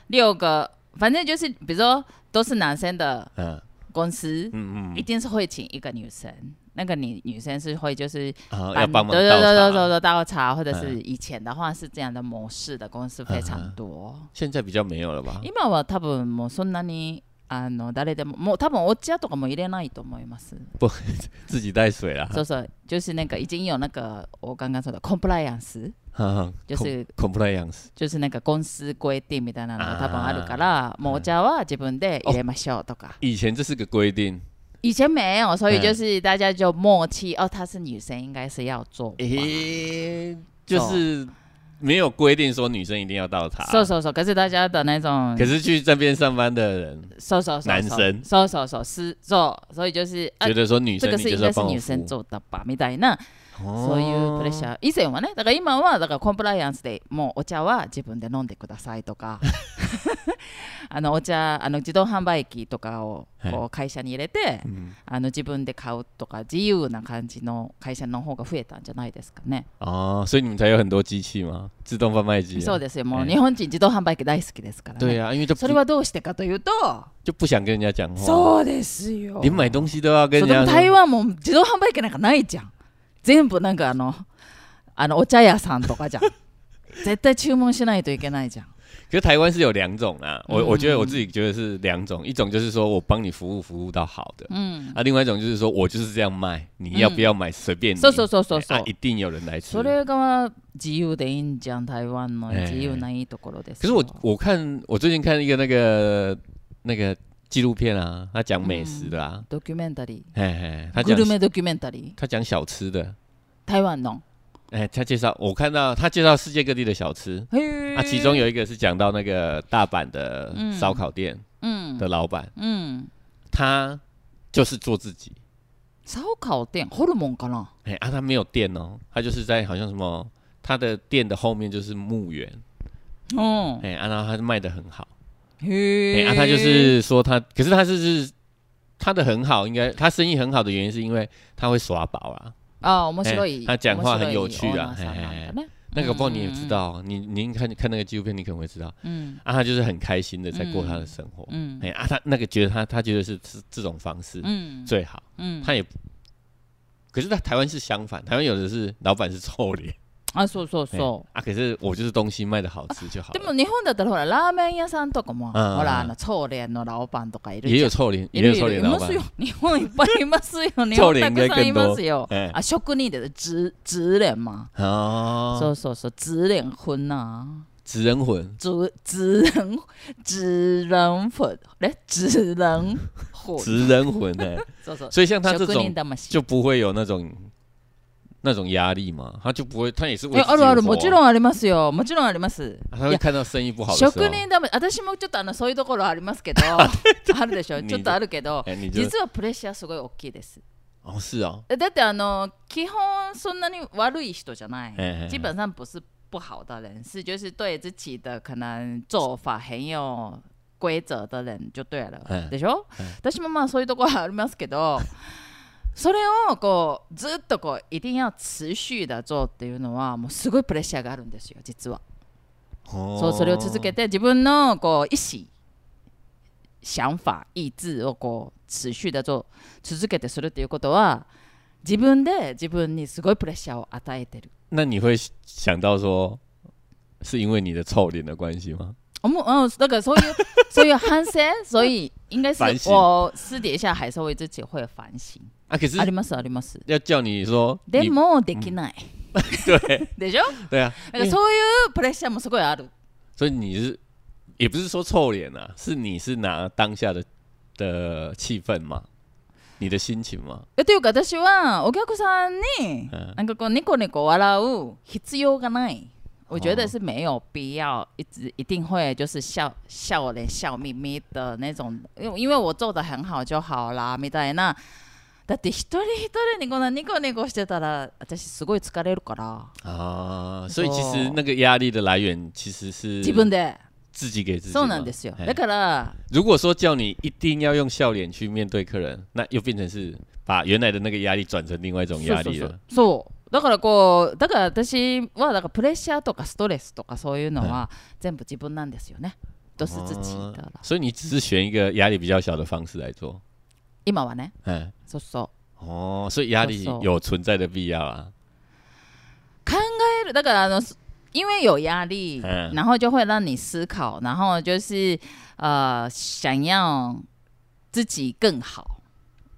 A: 六个，反正就是比如说都是男生的
B: 嗯
A: 公司，
B: 嗯
A: 一
B: 嗯，
A: 定是会请一个女生，那个女女生是会就是
B: 啊，
A: 把
B: 要帮忙
A: 对对对对对对
B: 倒茶，
A: 倒茶，或者是
B: 嗯
A: 以前的话是这样的模式的公司非常多。
B: 现在比较没有了吧？
A: 今は多分もうそんなにあの誰でももう多分お茶とかも入れないと思います。
B: 自己带水啦，
A: そうそう、就是那个已经有那个我刚刚说的 compliance，
B: 哈，
A: 就是
B: 恐怖的样子，
A: 就是那个公司规定みたいなのが多分あるから、
B: ー
A: もうお茶は自分で入れましょうとか。
B: 以前这是个规定，
A: 以前没有，所以就是大家就默契哦，她是女生，应该是要做吧。
B: 诶，就是
A: 哦
B: 没有规定说女生一定要倒茶，
A: そうそうそう，可是大家的那种，
B: 可是去这边上班的人
A: そうそうそうそう
B: 男生
A: そうそうそう是そう，所以就是啊
B: 觉，得说女
A: 这
B: 生
A: 个
B: 你
A: 是
B: 就
A: 应
B: 是要哦
A: 该是
B: 帮我
A: 女
B: 服
A: 生
B: 务，
A: 做的吧，みたいなそういうプレッシャー。以前はね、だから今はだからコンプライアンスでもうお茶は自分で飲んでくださいと か、あのお茶あの自動販売機とかをこ
B: は
A: う会社に入れて、
B: 嗯
A: あの自分で買うとか自由な感じの会社の方が増えたんじゃないですかね。
B: 哦，所以你们才有很多机器吗？自动贩卖机啊、
A: そうですよ。も
B: え
A: う
B: え
A: 日本人自動販売機大好きですから
B: 对
A: ね。
B: 啊，因为就
A: そ
B: 不
A: れはどうしてかというと、
B: 就不想跟人家讲话，
A: そうですよ。
B: 连买东西都要跟
A: そ
B: 人
A: うで
B: 家
A: も
B: 说
A: 台湾も自動販売機なんかないじゃん。全部なんかあの、あのお茶屋さんとか じゃん。絶対注文しないといけないじゃん。
B: 可是台湾是有两种啦，我、
A: 嗯
B: 我觉得我自己觉得是两种，一种就是说我帮你服务服务到好的，
A: うん。
B: 啊，另外一种就是说我就是这样卖，你要不要买随便你。
A: そうそうそうそうそ
B: 哎
A: う
B: 啊。一定有人来吃
A: そ。れが自由でいいんじゃん、台湾の
B: ええ
A: 自由ないいところです
B: 可是
A: よ。
B: 我我看我最近看一个那个那个纪录片啊，他讲美食的啊，
A: ドキュメンタリ
B: 嘿嘿，他
A: ー。グル
B: 讲
A: メドキュメンタリ
B: 他讲小吃的，
A: ー。台湾の。
B: 哎、他介绍我看到他介绍世界各地的小吃，
A: へ
B: 啊，其中有一个是讲到那个大阪的烧烤店
A: うん。
B: 的老板，
A: うん。
B: 他就是做自己，
A: サオカオ店、ホルモンかな
B: 哎、啊，他没有店哦，他就是在好像什么他的店的后面就是墓园，
A: うん。
B: 哎、啊，然后他卖的很好，哎、
A: へえ。
B: 啊，他就是说他，可是他是是他的很好，应该他生意很好的原因是因为他会耍宝啊，
A: あ面白い。
B: え他讲话很有趣啊
A: 面白いオーナーさんなんだね
B: 那个不过你也知道，你你应该看看那个纪录片，你可能会知道，
A: うん。
B: 啊，他就是很开心的在过他的生活，哎、
A: うん。
B: 啊，他那个觉得他他觉得是是这种方式
A: うん。
B: 最好。
A: うん。
B: 他也，可是在台湾是相反，台湾有的是老板是臭脸，
A: あ、そうそうそ
B: 哎啊，可是我就是东西卖的好吃就好
A: う。で
B: 了，
A: も日本だったらほら、ラーメン屋さんとかも、ほ
B: うん
A: ら、あの、朝礼のラオパンとかいるじゃん
B: 也有臭脸，也有臭脸
A: い
B: 老
A: ます
B: 板
A: よ。。日本いっぱいいますよ。日
B: 朝
A: 本
B: 礼
A: た
B: 应
A: く
B: 该
A: さんい
B: 更多
A: ますよ。
B: 哎，
A: あ、職人で、职职連嘛。そ
B: 哦，
A: うそうそう。职連婚な。
B: 纸人魂，
A: 职职人职人婚。え职人婚。
B: 纸人魂 哎，
A: そうそう。
B: 所以像他这
A: 職人
B: 种
A: 魂。
B: 就不会有那种那种压力嘛，他就不会，他也是为
A: えあるあるもちろ
B: ん，
A: んありますよもちろんあります
B: 啊他会看到生意不好的时候，
A: 職人だめ私もちょっとあのそういうところ ありますけどあるでしょ
B: に
A: ちょっとあるけど
B: 哎，你就
A: 実はプレッシャーすごい大きいです
B: 哦是哦，
A: えだってあの基本そんなに悪い人じゃな
B: 哎哎
A: い
B: 哎
A: 基本上不是不好的人是就是对自己的可能做法很有规则的人就对了
B: 哎
A: でしょ
B: 哎
A: 私もまあそういうところはありますけどそれをこうずっとこう一定要持续的做っていうのはもうすごいプレッシャーがあるんですよ実はそ
B: 哦
A: うそれを続けて自分のこう意思想法意志をこう持续だと続けてするっていうことは自分で自分にすごいプレッシャーを与えてる
B: 那你会想到说，是因为你的臭脸的关系吗？
A: 思ううん、だからそういうそういう反省所以应该是
B: 反省
A: 我私底下还是为自己会反省
B: 啊，可是
A: ありますあります
B: 要叫你说，
A: で
B: 你
A: もできない、
B: 对
A: でしょ
B: 对啊，
A: だからそういうプレッシャーもすごいある
B: 所以你是也不是说臭脸啊，是你是拿当下的的气氛嘛，你的心情嘛，
A: えというか私はお客さんに
B: 嗯
A: なんかこうニコニコ笑う必要がない。我觉得是没有必要，一直一定会就是笑笑脸笑眯眯的那种，因为因为我做的很好就好啦，みたいな。だって一人一人にこんなニコニコしてたら私すごい疲れるから
B: 啊，所以其实那个压力的来源其实是
A: 自分で
B: 自己给自己哎
A: そ
B: 嘛。
A: うなんですよ。
B: 嘿
A: だから、
B: 如果说叫你一定要用笑脸去面对客人，那又变成是把原来的那个压力转成另外一种
A: そうそう
B: 压力
A: そ
B: 了
A: う。そうだからこうだから私はだからプレッシャーとかストレスとかそういうのは全部自分なんですよね。どすつちだから
B: 所以你只是选一个压力比较小的方式来做。
A: 今はね
B: 嗯，
A: そうそう
B: 哦，所以压力
A: そうそう
B: 有存在的必要啊。
A: 考えるだからあのす因为有压力
B: 嗯，
A: 然后就会让你思考，然后就是呃想要自己更好，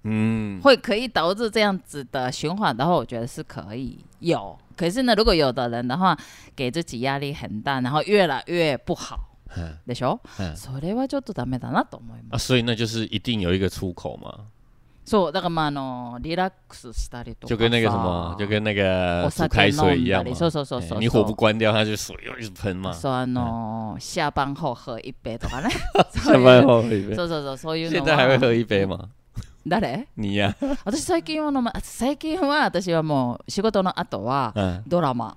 B: 嗯，
A: 会可以导致这样子的循环的话，我觉得是可以有。可是呢，如果有的人的话，给自己压力很大，然后越来越不好
B: 嗯，
A: でしょ？
B: 嗯
A: それはちょっとダメだなと思います。
B: 啊，所以那就是一定有一个出口嘛，
A: そうだからまああのリラックスしたりとかさ、
B: 就跟那个什么，就跟那个
A: お
B: 煮
A: 酒
B: 开水一
A: 飲んだ
B: 样嘛
A: り、。そうそうそう
B: 哎
A: そう、
B: 你火不关掉，它就水又一直喷嘛。
A: そうあの下班後喝一杯と かね。
B: 下班后喝一杯，
A: そうそうそうそういうの
B: 现
A: は
B: 在还会喝一杯吗？
A: 誰
B: 你呀，
A: 私最近は飲ま最近は私はもう仕事の後は
B: 嗯
A: ドラマ、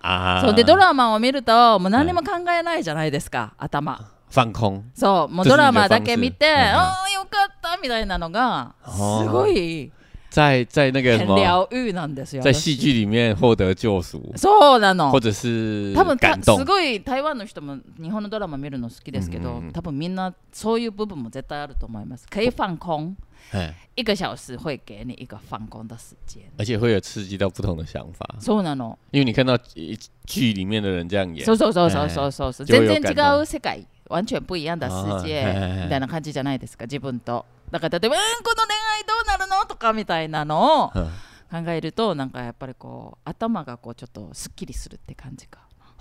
B: 啊，
A: そうでドラマを見るともう何も考えないじゃないですか、頭
B: 放空，
A: そうもう
B: です
A: ドラマだけ見て
B: です
A: ああよかったみたいなのがす
B: あー
A: ごい
B: 在在那个
A: 很
B: 什么，
A: 療愈なんですよ
B: 在戏剧里面获得救赎，
A: 私そうな
B: 或
A: の
B: 者是
A: 多分た
B: 感动
A: す。ごい台湾の人も日本のドラマ見るの好きですけど、
B: うんうんうん
A: 多分みんなそういう部分も絶対あると思います可以放空
B: 哎，
A: 一个小时会给你一个放空的时间
B: 而且会有刺激到不同的想法，
A: そうなの
B: 因为你看到呃剧里面的人这样演，
A: そうそうそうそうそうそうそう
B: えー
A: 全然違う世界完全不一样だ世界
B: あー
A: みたいな感じじゃないですか自分とだから例えば、うん、この恋愛どうなるのとかみたいなのを
B: 嗯，
A: 考えるとなんかやっぱりこう頭がこうちょっとすっきりするって感じか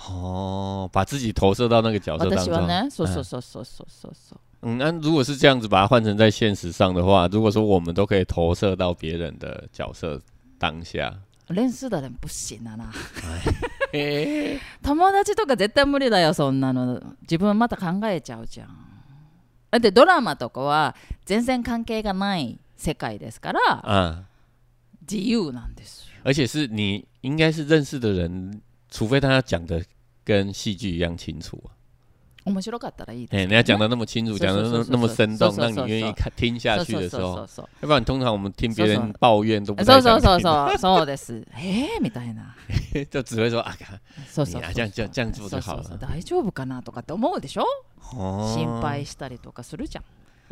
B: 哦，把自己投射到那个角色当
A: 私は
B: 中。
A: ねそう
B: 嗯
A: そうそうそうそうそうそう
B: 嗯，那、如果是这样子把它换成在现实上的话，如果说我们都可以投射到别人的角色当下，
A: 練習だね不行だな
B: 诶
A: 友達とか絶対無理だよそんなの自分また考えちゃうじゃんだってドラマとかは全然関係がない世界ですから
B: 啊、
A: 自由なんですよ
B: 而且是你应该是认识的人，除非他讲的跟戏剧一样清楚啊，
A: 面白かったらいいですけど
B: 哎、人家讲的那么清楚，
A: 是
B: 讲的
A: 是
B: 那
A: 是
B: 么那么
A: 是
B: 生动，
A: 是
B: 让你
A: 是
B: 愿意
A: 是
B: 看听下去的时候，
A: そうそう
B: 要不然通常我们听别
A: 是
B: 人
A: 是
B: 抱怨都不
A: そ
B: 太
A: うそう
B: 想
A: そうそうそうそ
B: 听，
A: うそうです えー、みたいな
B: 就只会说啊，看
A: そうそうそう
B: いやじゃあじゃあじゃあちょっと
A: そうそうそ
B: 好
A: う
B: 了
A: 大丈夫かなとかって思うでしょ
B: 哦
A: 心配したりとかするじゃん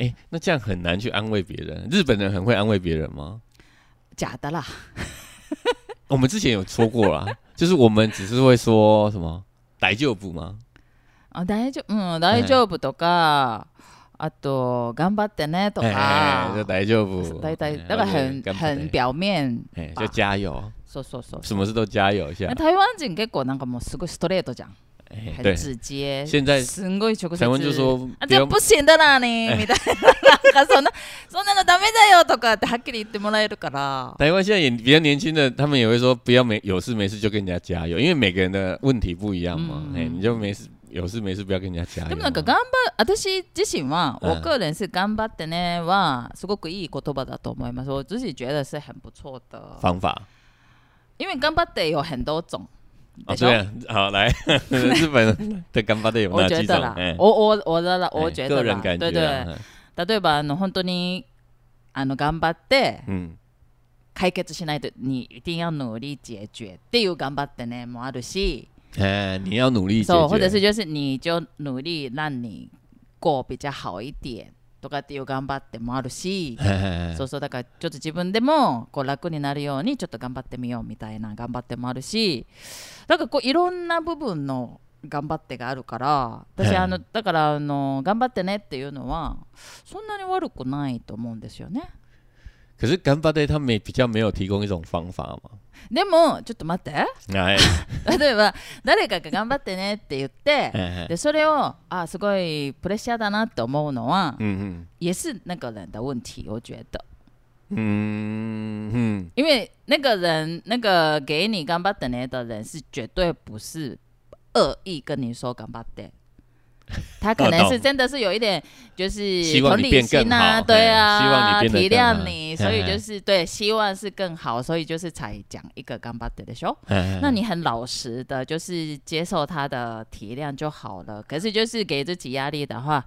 B: 哎、那这样很难去安慰别人。日本人很会安慰别人吗？
A: じゃあだら
B: 我们之前有说过 啦，就是我们只是会说什么“逮就补”吗？
A: あ大丈夫うん大丈夫とか、あと頑張ってねとか
B: 哎，就逮就补，
A: 大体
B: 哎
A: だから很很，表面
B: 哎干不得哎，就加油，
A: そうそうそう
B: 什么事都加油一下。
A: 台湾人結構なんかもうすごいストレートじゃん
B: 哎，
A: 很
B: 对，
A: 直接
B: 现在
A: すんごい直接
B: 台湾就说
A: あ
B: 不
A: じゃ
B: 要
A: あ不行だなねみたいななんかそんなそんなのダメだよとかってはっきり言ってもらえるから
B: 台湾现在也比较年轻的，他们也会说不要没有事没事就跟人家加油，因为每个人的问题不一样嘛。
A: 嗯
B: 哎、你就没事有事没事不要跟人家加
A: で
B: 油
A: もな
B: 嘛。
A: んか頑張私自身は
B: うん
A: 我个人是頑張ってねはすごくいい言葉だと思います我自己觉得是很不错的
B: 方法
A: 因为頑張って有很多种
B: 啊，
A: でしょ
B: 对啊，好来，日本的干巴的有
A: 我
B: 哪
A: 觉
B: 几
A: 得
B: 种
A: 啦？
B: 哎，
A: 我我我的啦，我
B: 哎
A: 觉得啦
B: 个人，感
A: 对
B: 觉
A: 对，
B: 啊，
A: 例えばあの本当にあの頑張って
B: 嗯，
A: 解決しないとに一定要努力解决っていう頑張ってねもあるし、
B: 哎，你要努力解
A: そう或者
B: 决
A: 是。就是你就努力让你过比较好一点とかっていう頑張ってもあるし、
B: 嘿嘿
A: そ
B: 嘿
A: うそうだからちょっと自分でもこう楽になるようにちょっと頑張ってみようみたいな頑張ってもあるしなんかこういろんな部分の頑張ってがあるから
B: う
A: 私
B: ん
A: あのだからあの頑張ってねっていうのはそんなに悪くないと思うんですよね
B: 可是干巴爹他们也比较没有提供一种方法嘛。
A: でもちょっと待って
B: 哎，
A: 例えば誰かが頑張ってねって言って
B: 哎
A: でそれをあすごいプレッシャーだなって思うのは
B: 嗯
A: 也是那个人的问题我觉得
B: 嗯嗯嗯，
A: 因为那个人，那个给你 干巴等的的人是绝对不是恶意跟你说干巴的，他可能
B: 我
A: 是
B: 懂
A: 真的是有一点就是
B: 希望
A: 同
B: 你
A: 理
B: 变更
A: 心啊，
B: 好
A: 对啊，
B: 嘿希望你变得
A: 体
B: 更好
A: 谅你，所以
B: 嘿嘿
A: 就是对，希望是更好，所以就是才讲一个干巴德的时候，那
B: 那
A: 你很老实的，就是接受他的体谅就好了。可是就是给自己压力的话，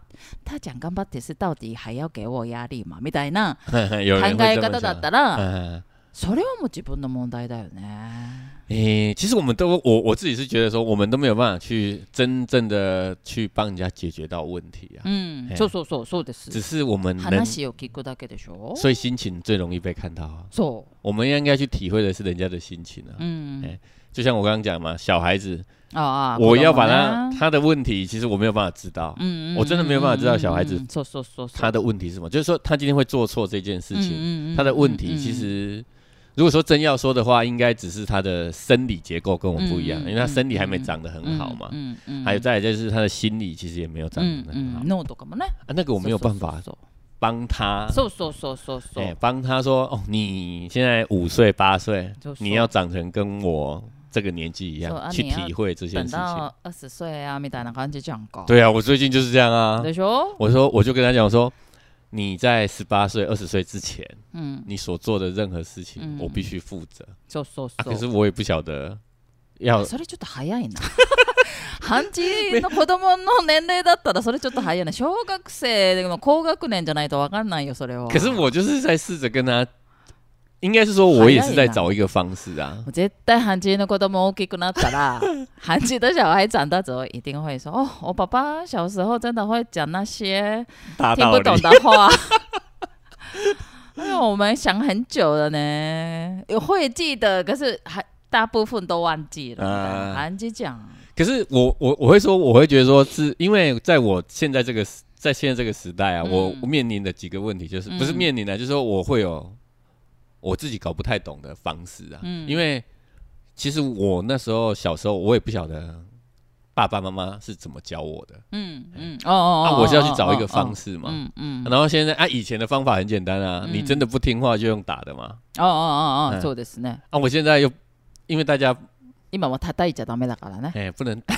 A: 他讲干巴德是到底还要给我压力吗？みたいな
B: 有人
A: 考
B: 会
A: え
B: 这
A: 方
B: 么
A: だ
B: 想
A: った。ら、
B: 嗯，
A: それはもう自分の問題だよね。
B: 诶、哎其实我们都我我自己是觉得说，我们都没有办法去真正的去帮人家解决到问题啊，
A: 嗯
B: 嘿，
A: そうそうそうそうです。
B: 只是嗯我们能，
A: 話を聞くだけでしょ。
B: 所以心情最容易被看到啊。
A: そ
B: 我们应该去体会的是人家的心情啊
A: う。。うん。
B: 就像我刚刚讲嘛，小孩子，
A: 嗯啊啊。
B: 我要
A: 子供
B: 把
A: ね
B: 他他的问题，其实我没有办法知道
A: 嗯嗯，
B: 我真的没有办法知道
A: 嗯
B: 小孩子
A: 嗯嗯そうそうそうそう
B: 他的问题是什么，就是说他今天会做错这件事情，
A: 情
B: 他的问
A: 嗯
B: 题其实，如果说真要说的话，应该只是他的生理结构跟我们不一样，
A: 嗯嗯
B: 因为他生理还没长得很好嘛。
A: 嗯嗯嗯
B: 还有再来就是他的心理其实也没有长
A: 嗯
B: 得很好，
A: 嗯，脳とかもね。
B: 啊，那个我没有办法
A: そう
B: 帮他，
A: そうそうそうそうそうそう
B: 哎，帮他说哦，你现在五岁八岁
A: 就，说
B: 你要长成跟我这个年纪一
A: 说啊
B: 样，去
A: 你要
B: 体会这件
A: 等
B: 事情。
A: 到二十岁啊，みたいな感じじゃんか。
B: 对啊，我最近就是这样啊。
A: でしょ？
B: 我说，我就跟他讲，我说你在十八岁、二十岁之前，
A: 嗯，
B: 你所做的任何事情，
A: 嗯
B: 我必须负责。
A: そうそうそ
B: 啊，可是
A: う。
B: 我也不晓得要
A: それちょっと早いな。 半時の子供の年齢だったらそれちょっと早いな。小学生の高学年じゃないとわかんないよそれは。
B: 可是我就是在试着跟他，应该是说我也是在找一个方式啊。
A: 絶対韓人の子供大きくなったら 韓人的小孩长大之后一定会说哦，我爸爸小时候真的会讲那些
B: 大
A: 听
B: 啊道
A: 不
B: 理
A: 懂，的话。 因为我们想很久了呢，有会记得，可是还大部分都忘记了。
B: 啊
A: 韩姐讲，
B: 可是我我我会说，我会觉得说是因为在我现在这个时在现在这个时代啊，
A: 嗯
B: 我我面临的几个问题就是、
A: 嗯
B: 不是面临的，啊就是说我会有我自己搞不太懂的方式啊，
A: 嗯
B: 因为其实我那时候小时候我也不晓得爸爸妈妈是怎么教我的，
A: 嗯嗯，哦哦哦，
B: 那、哎啊我是要去找一个
A: 哦
B: 方，式
A: 哦
B: 嘛。
A: 嗯嗯，
B: 然后现在啊，以前的方法很简单啊，
A: 嗯
B: 你真的不听话就用打的嘛。
A: 哦哦哦
B: 嗯
A: 哦，そうですね。
B: 啊，我现在又因为大家
A: 今は叩いちゃダメだからね。
B: 哎、不能打，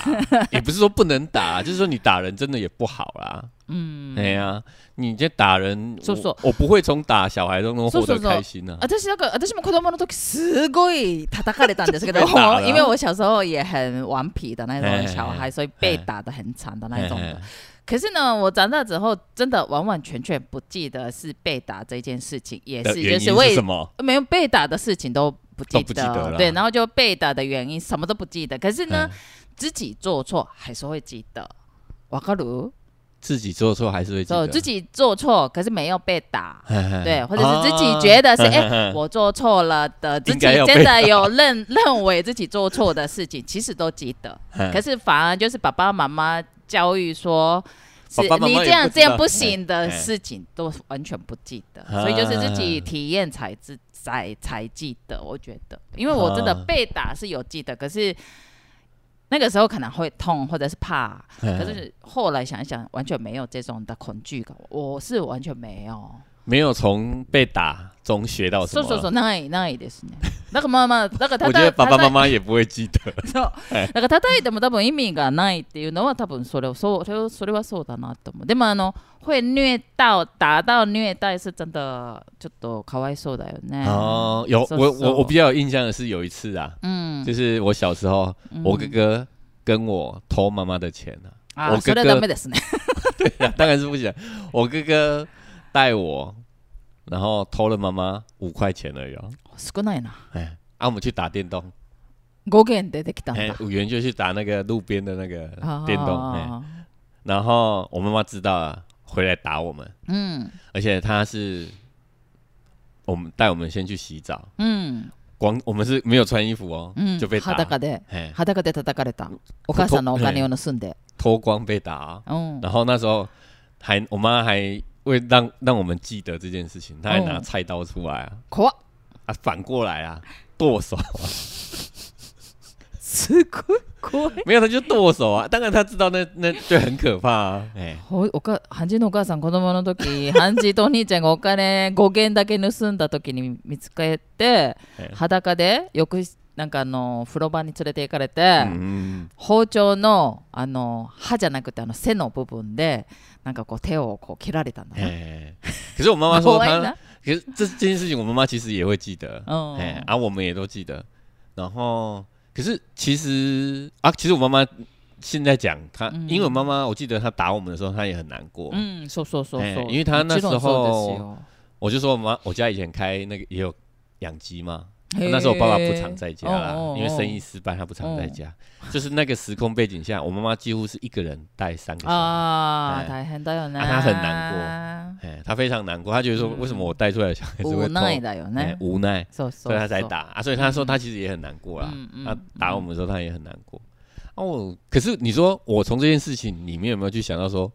B: 也不是说不能打，就是说你打人真的也不好啦。
A: 嗯。
B: 哎呀、你这打人，
A: そうそう
B: 我我不会从打小孩当中
A: そう
B: 获
A: そ
B: 得
A: うそう
B: 开心啊。
A: 私だから私も子供の時すごい叩かれたん ですけど
B: 被打了
A: 因为我小时候也很顽皮的 那
B: 哎
A: 种小
B: 哎
A: 孩，所以被打的很惨的那种的
B: 嘿。嘿
A: 可是呢，我长大之后真的完完全全不记得是被打这件事情，也
B: 的
A: 是就
B: 原因
A: 是
B: 是
A: 为
B: 什么？
A: 没有被打的事情都不记
B: 都不记得了嗯
A: 对，然后就被打的原因什么都不记得。可是呢，自己做错还是会记得。瓦卡鲁，
B: 自己做错还是会记
A: 就
B: 得嗯
A: 自，己做错，可是没有被打。
B: 嘿嘿嘿
A: 对，或者是自己觉 得是
B: 啊
A: 哎、
B: 嗯嗯嗯
A: 我做错了的，自
B: 应
A: 己
B: 该要被
A: 真的有认 认为自己做错的事情，其实都记得，
B: 嗯
A: 可是反而就是爸爸妈妈教育说。是
B: 爸爸妈妈
A: 你这样
B: 也不知道
A: 这样不行
B: 哎
A: 的
B: 哎
A: 事情都完全不记得，
B: 啊
A: 所以就是自己体验才知才才记得。我觉得，因为我真的
B: 啊
A: 被打是有记得，可是那个时候可能会痛或者是怕，
B: 嘿
A: 可
B: 嘿
A: 是后来想一想，完全没有这种的恐惧感，我是完全没有。
B: 没有从被打中学到哦什
A: そう
B: 么。
A: そうそう、ない、ないですね。だからまあまあ、だから
B: 我觉
A: 叩
B: 得爸爸妈
A: 叩
B: 妈也不会 记得。
A: いそうだから叩いても多分意味がないっていうのは多分それをそうそれをそれはそうだなと思う。でもあの、会虐到、打到虐待是真的ちょっとかわいそうだよね。
B: 哦，有
A: 是
B: 我
A: 是
B: 我我比较有印象的是有一次啊，
A: うん。
B: 就是我小时候，我
A: 嗯
B: 哥哥跟我偷妈妈的钱啊，
A: あ
B: 我
A: それ
B: 哥哥
A: はダメですね。
B: 当然是不行。我哥哥带我，然后偷了妈妈五块钱而已、哦。
A: 少ないな。
B: 哎，啊，我们去打电动，
A: 5元出てきたん
B: 哎
A: だ，。
B: 五元就去打那个路边的那个
A: あー
B: 电动，哎，然后我妈妈知道了，回来打我们，
A: うん。
B: 而且她是我们带我们先去洗澡，
A: うん。
B: 光我们是没有穿衣服哦，
A: うん
B: 就被打，
A: 裸で。
B: 哎，
A: 裸で叩かれた。お母さんのお金を盗んで。
B: 脱光被打啊、
A: うん。
B: 然后那时候还我妈还为让让我们记得这件事情，她还拿
A: 哦
B: 菜刀出来啊，
A: 怖っ。
B: 啊，反过来啊，剁手，
A: すごい怖い。
B: 没有他就剁手啊。当然他知道那那就很可怕啊，哎、
A: ほおかハンジのお母さん子供の 時ハンジとお兄ちゃんがお金5元だけ盗んだ時に見つけて
B: ええ
A: 裸で浴室なんかあの風呂場に連れて行かれて、
B: うん
A: 包丁のあの刃じゃなくてあの背の部分でなんかこう手をこう切られたんだな、
B: 哎，可是我妈妈说
A: 怖い
B: 她
A: な，
B: 可是这这件事情我妈妈其实也会记得，
A: 哦
B: 哎，啊，我们也都记得。然后，可是其实啊，其实我妈妈现在讲她，
A: 嗯
B: 因为我妈妈我记得她打我们的时候，她也很难过。
A: 嗯そうそうそうそう、
B: ええ因为他那时
A: もちろ
B: 候
A: んそうですよ
B: 我就说我妈，我家以前开那个也有养鸡嘛，那时候我爸爸不常在家啦，
A: 嘿哦哦哦
B: 因为生意失败，他不常在家。就是那个时空背景下，我妈妈几乎是一个人带三个小孩。
A: 啊
B: 哎，
A: 大変だよね。
B: 啊他很难哎，她非常难过，她觉得说，为什么我带出来的小孩子会
A: 嗯无
B: 偷
A: 奈だよね。
B: 哎无奈，
A: そうそうそう。
B: 所以他才打啊。所以他说他其实也很难过啦，
A: 嗯嗯
B: 他打我们的时候他也很难过。哦，可是你说我从这件事情里面有没有去想到说，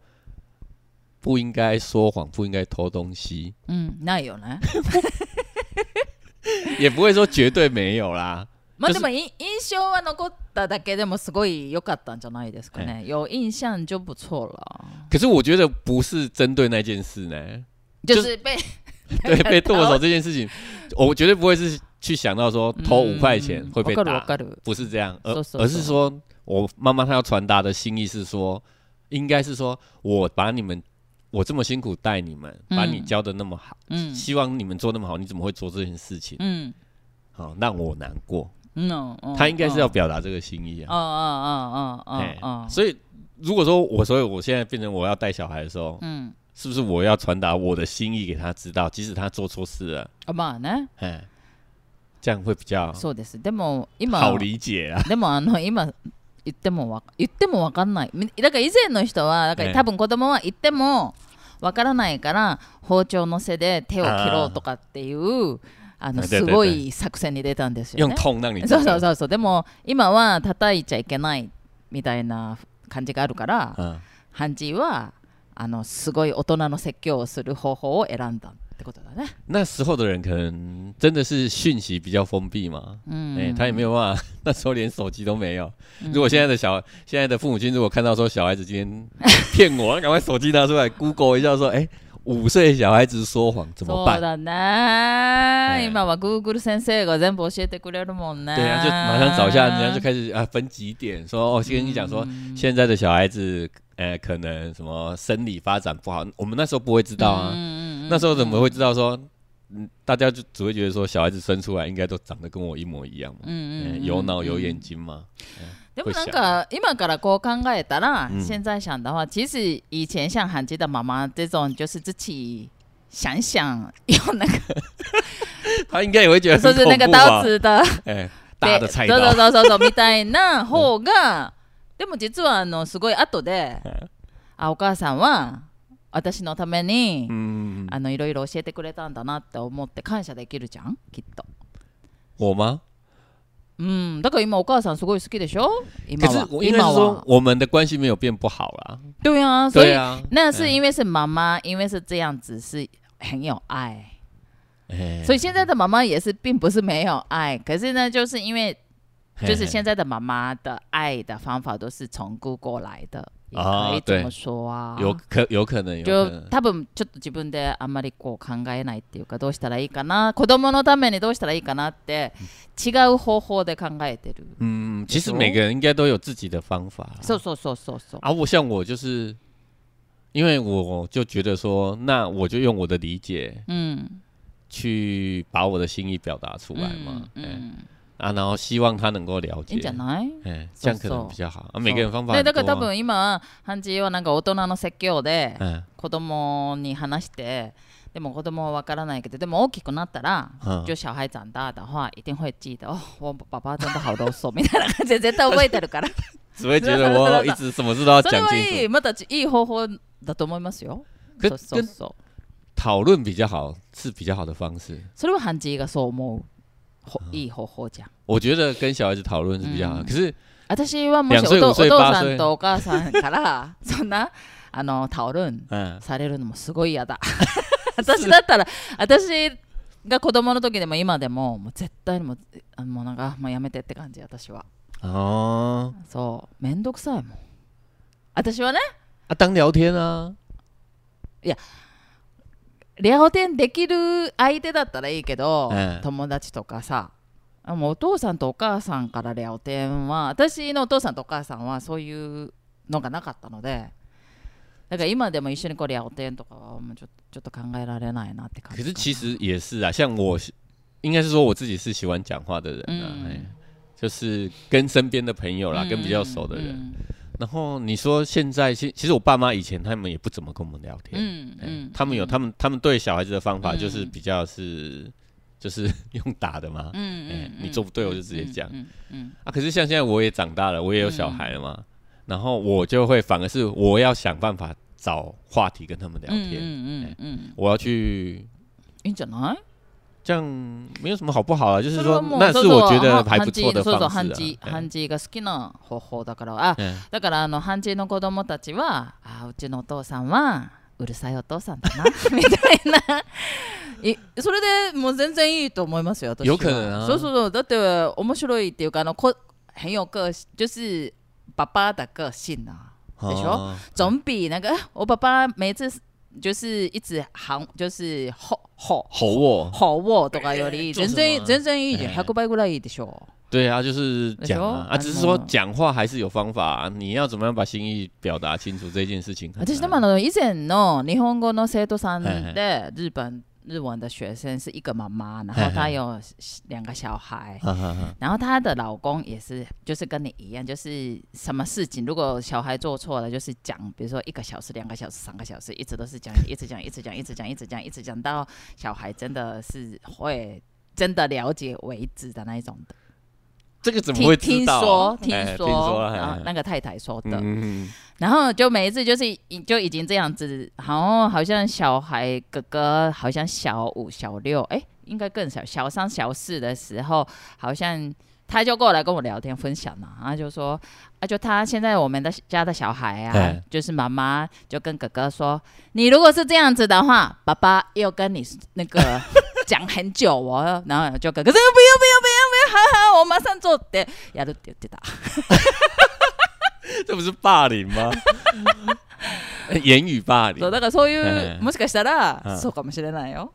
B: 不应该说谎，不应该偷东西，
A: うん、ないよね。
B: 也不会说绝对没有啦。
A: まあで
B: 就
A: すもい印象は残っただけでもすごい良かったんじゃないですかね。有印象就不错了。
B: 可是我觉得不是针对那件 事呢，
A: 就是被
B: 对，被剁手这件事情，我绝对不会是去想到说偷五块钱会被
A: わかるわ
B: 打，
A: かる。
B: 不是这样，而
A: 说说
B: 而是
A: 说
B: 说我妈妈她要传达的心意是说，应该是说我把你们，我这么辛苦带你们，
A: 嗯
B: 把你教的那么好，
A: 嗯
B: 希望你们做那么好，你怎么会做这件事情？
A: うん。
B: 好、让我难过。
A: 嗯，
B: 她应该是要表达这个心意啊。
A: 嗯嗯嗯
B: 哎
A: 嗯嗯
B: 所以如果说我，所以我现在变成我要带小孩的时候，
A: 嗯。
B: 是不是我要传达我的心意给他知道，即使他做错事了，
A: あまあね、
B: 哎，这样会比较
A: そうです。でも今
B: 好理解 啊。
A: でもあの今言ってもわか言ってもわかんないみだから以前の人はだか
B: ええ
A: ら多分子供は言ってもわからないから包丁の背で手を切ろうとかっていうあの
B: あー
A: すごい作戦に出たんですよ
B: 用
A: ね。
B: 痛让你
A: そうそうそうそうでも今は叩いちゃいけないみたいな感じがあるから
B: 嗯。
A: ハンジーはあのすごい大人の説教をする方法を選んだってことだね。
B: 那时候的人可能真的是讯息比较封闭嘛，
A: うん
B: 哎、他也没有办法， 那时候连手机都没有。
A: 嗯
B: 如果现在的小现在的父母亲如果看到说小孩子今天 骗我，赶快手机拿出来 Google 一下说，哎、五岁小孩子说谎怎么
A: そう
B: 办？
A: だね、
B: え
A: 今は Google 先生が全部教えてくれるもんね。
B: 对啊，就马上找一下，人家就开始啊分几点说，哦，先跟你讲说、
A: 嗯
B: 现在的小孩子，呃，可能什么生理发展不好，我们那时候不会知道啊，
A: 嗯嗯嗯
B: 那时候怎么会知道说，嗯，大家就只会觉得说小孩子生出来应该都长得跟我一模一样嘛。
A: 嗯
B: 欸
A: 嗯，
B: 有脑有眼睛嘛。
A: でもなんか今からこう考えたら、现在想的话，其实以前像韩吉的妈妈这种，就是自己想 想用那个，
B: 他应该也会觉得
A: 就嗯
B: 很
A: 是那
B: 恐
A: 个
B: 怖
A: 刀
B: 吧？
A: 子的
B: 哎、大的菜
A: そう
B: 刀，
A: そうそうそうそうみたいな方が、でも実はあのすごい後で、あお母さんは私のために。
B: 嗯，
A: あのいろいろ教えてくれたんだなって思って感謝できるじゃんきっと
B: 我吗？
A: うんだから今お母さんすごい好きでしょ今
B: 可是
A: は
B: 我应该
A: 今
B: 是说
A: は
B: 我们的关系没有变不好啦。
A: 对啊所
B: 对
A: 以
B: 啊，
A: 那是因为是妈妈因为是这样子是很有爱
B: 哎
A: 所以现在的妈妈也是并不是没有爱可是呢就是因为就是现
B: 在
A: 在的妈妈的爱的方法都是从 Google 来的也
B: 啊
A: 可以
B: 对
A: 这么说啊
B: 有可有可能有可
A: 就
B: 能。
A: 多分ちょっと自分であんまりこう考えないっていうかどうしたらいいかな子供のためにどうしたらいいかなって違う方法で考えてる、
B: 嗯，其实每个人应该都有自己的方法啦。
A: そうそうそうそうそう
B: 啊，我像我就是，因为我就觉得说，那我就用我的理解
A: うん
B: 去把我的心意表达出
A: う
B: 来嘛
A: ん。う
B: 哎、
A: ん
B: 啊，然后希望他能够了
A: い
B: 解。
A: いんじゃない
B: 哎，
A: 搜
B: 这样可能
A: 搜
B: 比较好啊。每个人方法
A: で
B: 很
A: だ
B: 多
A: から多
B: 啊、
A: 分今ハンジはなんか大人の説教で
B: 嗯
A: 子供に話してでも子供はわからないけどでも大きくなったら
B: 嗯，
A: 就小孩长大的话，一定会记得哦，我爸爸真的好啰嗦，みたいな感じで絶対覚えてるから。
B: 只会觉得我一直什么事都要
A: それ
B: 讲
A: はい
B: 清
A: い
B: 楚，
A: またいい方法だと思いますよ。
B: 可
A: そうそう
B: 跟
A: そう。
B: 讨论比较好是比较好的方式。
A: それはハンジーがそう思うほいい方法じゃん。
B: 我觉得跟小孩子讨论是比较好，
A: 嗯
B: 可是
A: 私はもしお
B: 两岁
A: 父
B: 五
A: お
B: 岁
A: 父
B: 八
A: さ
B: 岁
A: んとお母さんから そんなあのタオルン
B: 嗯，
A: されるのもすごい 嫌だ。私だったら私が子供の時でも今でももう絶対にもうあもうなんかあもうやめてって感じ私は。
B: 哦
A: そうめんどくさいもん。私はね
B: 啊，当聊天啊，
A: 両天できる相手だったらいいけど、
B: ええ
A: 友達とかさあもうお父さんとお母さんから聊天は私のお父さんとお母さんはそういうのがなかったのでだから今でも一緒にこう聊天とかはもうちょっとちょっと考えられないなって感
B: 可
A: じ
B: 是其
A: 实
B: 实也是啊，像我是应该是说我自己是喜欢讲话的人啊，
A: 嗯
B: 哎就是跟身边的朋友啦，跟比较熟的
A: 嗯
B: 人。然后你说现在，其其实我爸妈以前他们也不怎么跟我们聊天，
A: 嗯
B: 哎他们有他们他们对小孩子的方法就是
A: 嗯
B: 比较是就是 用打的嘛，
A: 嗯
B: 哎你做不对我就直接讲
A: 嗯嗯
B: 啊，可是像现在我也长大了，我也有小孩了嘛，然后我就会反而是我要想办法找话题跟他们聊
A: 嗯
B: 天，
A: 嗯嗯嗯
B: 我要去
A: いいんじゃない
B: 这样没有什么好不好啊，就是说
A: もう
B: 那
A: そう
B: 是
A: そう
B: 我觉得还
A: ハ
B: 不
A: ンジ
B: 错的
A: そうそう
B: 方
A: ハン
B: 式
A: ジ
B: 啊，
A: ハ
B: 哎
A: ンジが好きな方法だからあ
B: 嗯，
A: だからあのハンジの子供たちはあうちのお父さんはうるさいお父さんだなみたいない それでもう全然いいと思いますよ私は
B: 有可能啊
A: そうそうそうだって面白いっていうかあのこ很有个就是爸爸的个性啊でしょ
B: 哦
A: 总比那个啊我爸爸每次就是一直喊就是吼吼
B: 吼我，
A: 吼我とかより
B: 做
A: 全
B: 什么
A: 然全然いいじゃん
B: 哎
A: 100倍ぐらいでしょ
B: 对啊，就是
A: 那时
B: 讲
A: 候
B: 啊，啊，
A: 还
B: 只是
A: 是
B: 说
A: 什么
B: 讲话还是有方法啊、你要怎么样把心意表达清楚这件事情很
A: 私で
B: 难。
A: もあの以前の日本語の生徒さん
B: 哎
A: で日本日文的学生是一个妈妈，然
B: 哎
A: 后她有两个小孩，
B: 哈哈哈，
A: 然后她的老公也是，就是跟你一样，就是什么事情如果小孩做错了，就是讲，比如说一个小时、两个小时、三个小时，一直都是讲，一直讲，一直讲，一直讲，一直讲，一直讲到小孩真的是会真的了解为止的那一种的。
B: 这个怎么
A: 听
B: 会知
A: 听
B: 道
A: 说
B: 啊？
A: 听
B: 哎
A: 说，
B: 听说了，
A: 然后
B: 哎
A: 那个太太说的。
B: 嗯，
A: 然后就每一次就是已就已经这样子，然后好像小孩哥哥好像小五、小六，哎，应该更小，小三、小四的时候，好像他就过来跟我聊天分享了、然后就说，啊，就他现在我们的家的小孩啊
B: 哎，
A: 就是妈妈就跟哥哥说，你如果是这样子的话，爸爸又跟你那个讲很久哦，然后就哥哥说不要不要不要不要，好好，我马上做的，やるって言ってた。
B: 这不是霸凌吗？哎言语霸
A: そう
B: 凌。
A: だからそうい
B: え
A: う、
B: え
A: もしかした
B: う
A: ら
B: ん
A: そうかもしれないよ。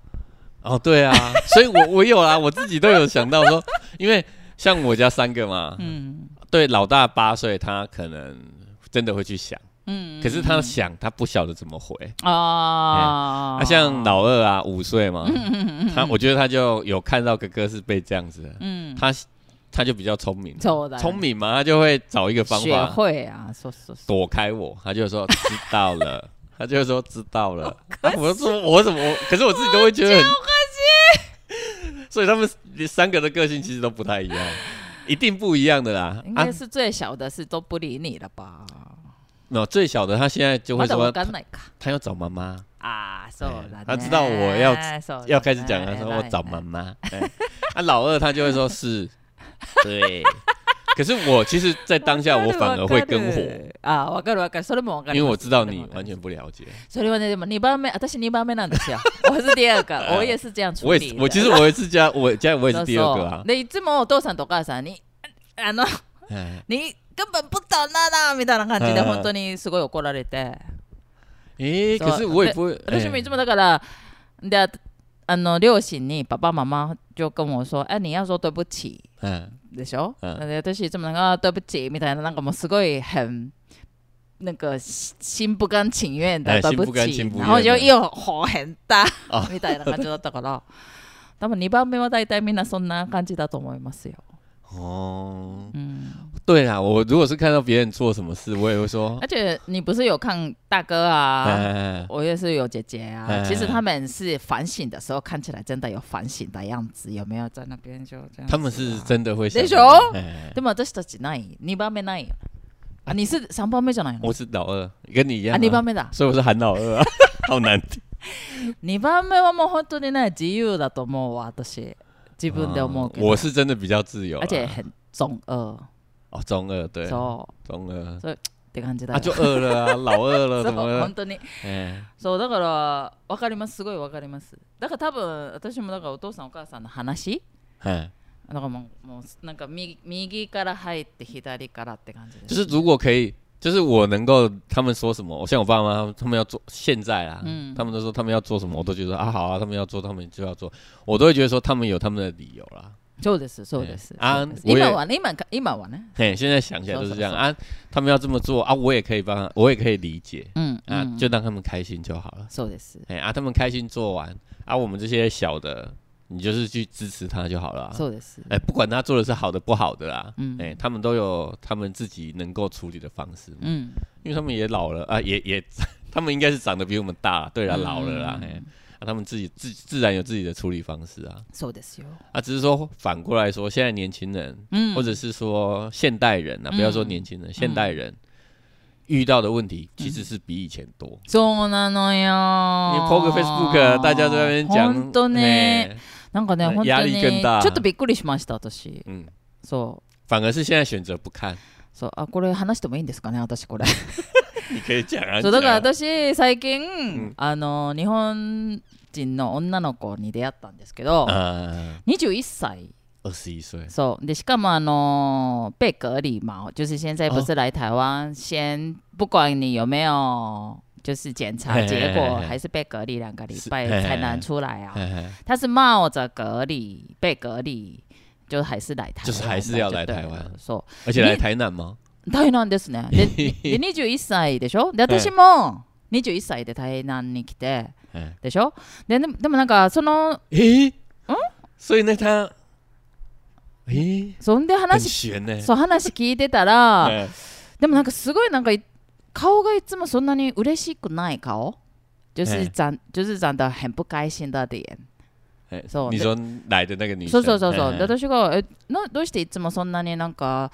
B: 哦，对啊， 所以我我有啊，我自己都有想到说， 因为像我家三个嘛，
A: うん。
B: 对，老大八岁，他可能真的会去想，
A: うん。
B: 可是他想，
A: 嗯
B: 他不晓得怎么回。
A: あ哦
B: 啊，像老二啊，五岁
A: 嗯
B: 嘛，他我觉得他就有看到哥哥是被这样子的，
A: 嗯
B: 他他就比较聪明，
A: そうだよ
B: 聪明嘛，他就会找一个方
A: 学
B: 法
A: 会啊，そうそうそう。
B: 躲开我，他就说知道 了，他就说知道了，啊、我就说我怎么我，可是我自己都会觉得很，所以他们三个的个性其实都不太一 样，一定不一样的啦
A: 应
B: 啊
A: 该，是最小的是都不理你了吧？
B: 没有最小的他现在就会
A: まだわ
B: 说
A: かんないか。
B: 他要找妈妈，
A: ああ、そうだね。
B: 他知道我要
A: そうだね
B: 要开始讲了，说我找妈。妈。哎啊，老二他就会说 是，对。可是我其实，在当下我反而会更火，
A: ああ、わかるわかる。それもわかる。
B: 因为我知道你完全不了解。
A: それはね、でも二番目、私二番目なんですよ。我是第二 个，我也是这样处
B: 我
A: 理
B: 也
A: 的。
B: 是，我其实我也是家，我家我也
A: そうそう
B: 是第二个啊。
A: で、いつもお父さんとお母さんに、あの、
B: 哎，
A: 你根本不懂娜娜みたいな感じで
B: うん
A: 本当にすごい怒られて、
B: 诶，
A: そう
B: 可是我也不会，哎
A: 私もいつもだからでああの両親にパパママ就跟我说え你要说对不起
B: 嗯，
A: でしょ、
B: うん
A: で私いつもなんかあ对不起みたいななんかもうすごい很那个心心不甘情愿的
B: 哎
A: 对不
B: 心不甘
A: 起
B: 情不愿的
A: 然后就又火很大
B: あ
A: みたいな感じだったから多分2番目は大体みんなそんな感じだと思いますよ、
B: 哦，
A: うん
B: 对啦，我如果是看到别人做什么事，我也会 说，
A: 而且你不是有看大哥啊、
B: 哎，
A: 我也是有姐姐啊，
B: 哎
A: 其实他们是反省的时候，看起来真的有反省的样子，有没有在那边就这样、
B: 他们是，真的会想
A: で
B: 的。
A: しょ
B: 哎，
A: でも私たちない、二番目ないよ。あ、你是三番目じゃないの？
B: 我是老二，跟你一样
A: あ、二
B: 啊，
A: 番目だ。
B: 所以我是喊老二啊， 好难听。
A: 二番目はもう本当にね自由だと思うわ私。自分で思うけど。
B: 我是真的比较自由啦，啊
A: 而且很中二，
B: 哦，中二对，
A: そう
B: 中二
A: って感じだよ。
B: 啊，就二了啊，老二 了，
A: そ
B: 怎
A: う
B: 么了
A: 本？当に
B: 哎，
A: そうだからわかりますすごいわかります。だから多分私もだからお父さんお母さんの話。
B: 哎，
A: だからもうもうなんか右右から入って左からって感じで。
B: 就是是如果可以，就是我能够他们说什么，我像我爸妈他们要做，现在啊，
A: 嗯
B: 他们 都说他们要做什么，我都觉得啊好啊，他们要做他们就要做，我都会觉得说他们有他们的理由啦，
A: そうですそうです
B: えあ
A: そうです
B: 我也
A: 今はね今か今はね
B: 嘿，现在想起来都是这样
A: 说
B: 啊。他们要这么做啊，我也可以帮他，我也可以理解
A: 嗯
B: 啊，
A: 嗯
B: 就让他们开心就好了。
A: そうです
B: 哎啊，他们开心做完啊，我们这些小的，你就是去支持他就好了啊。
A: そうです
B: 哎，不管他做的是好的不好的啦，
A: 嗯
B: 哎，他们都有他们自己能够处理的方式，
A: 嗯
B: 因为他们也老了啊，也 也，他们应该是长得比我们大啦，对啦，老了啦，
A: 嗯
B: 哎，啊，他们自己自自然有自己的处理方式啊。
A: そうですよ
B: 啊，只是说反过来说，现在年轻人，
A: 嗯
B: 或者是说现代人啊，不要说年轻人，现代人遇到的问题其实是比以前多。
A: そうなのよ哦
B: 你 PO 个 Facebook，大家在那边讲，
A: 本当ね
B: 哎
A: なんかね
B: う
A: 本
B: ん
A: 当に
B: 压力更大
A: ちょっとびっくりしました私
B: 嗯，
A: そ
B: 反而是现在选择不看，
A: うそうあこれ話してもいいんですかね私これ
B: 你可以讲 啊，
A: そう
B: 你
A: だから
B: 讲啊
A: 私最近、
B: ん
A: あの日本人の女の子に出会ったんですけど、
B: 啊，
A: 21歳
B: 二十一岁，
A: そうでしかもあの被隔離嘛就是现在不是来台湾、先不管你有没有就是检查
B: 嘿嘿
A: 结
B: 嘿
A: 果
B: 嘿嘿
A: 还是被隔离两个礼拜
B: 是嘿嘿嘿
A: 才能出来啊
B: 嘿嘿
A: 他是冒着隔离被隔离就还是来台湾
B: 就是还是要来台湾
A: 就对了そう
B: 而且来
A: 你
B: 台南吗？
A: 台南です ね。でで21歳でしょで私も21歳で台南に来て
B: 哎，
A: でしょででもでもなんかその
B: 诶，
A: 嗯
B: 所以呢，他，诶，
A: そんで
B: 很
A: 話
B: 悬呢，
A: そう話聞いてた ら
B: 哎
A: でもなんかすごいなんかい顔がいつもそんなに嬉しくない顔。就是
B: 哎
A: 长，就是长得很不开心的脸。
B: 哎
A: そう
B: 你说来的那个女
A: そ
B: 生，
A: うそうそうそう。
B: 哎
A: で私がえなどうしていつもそんなになんか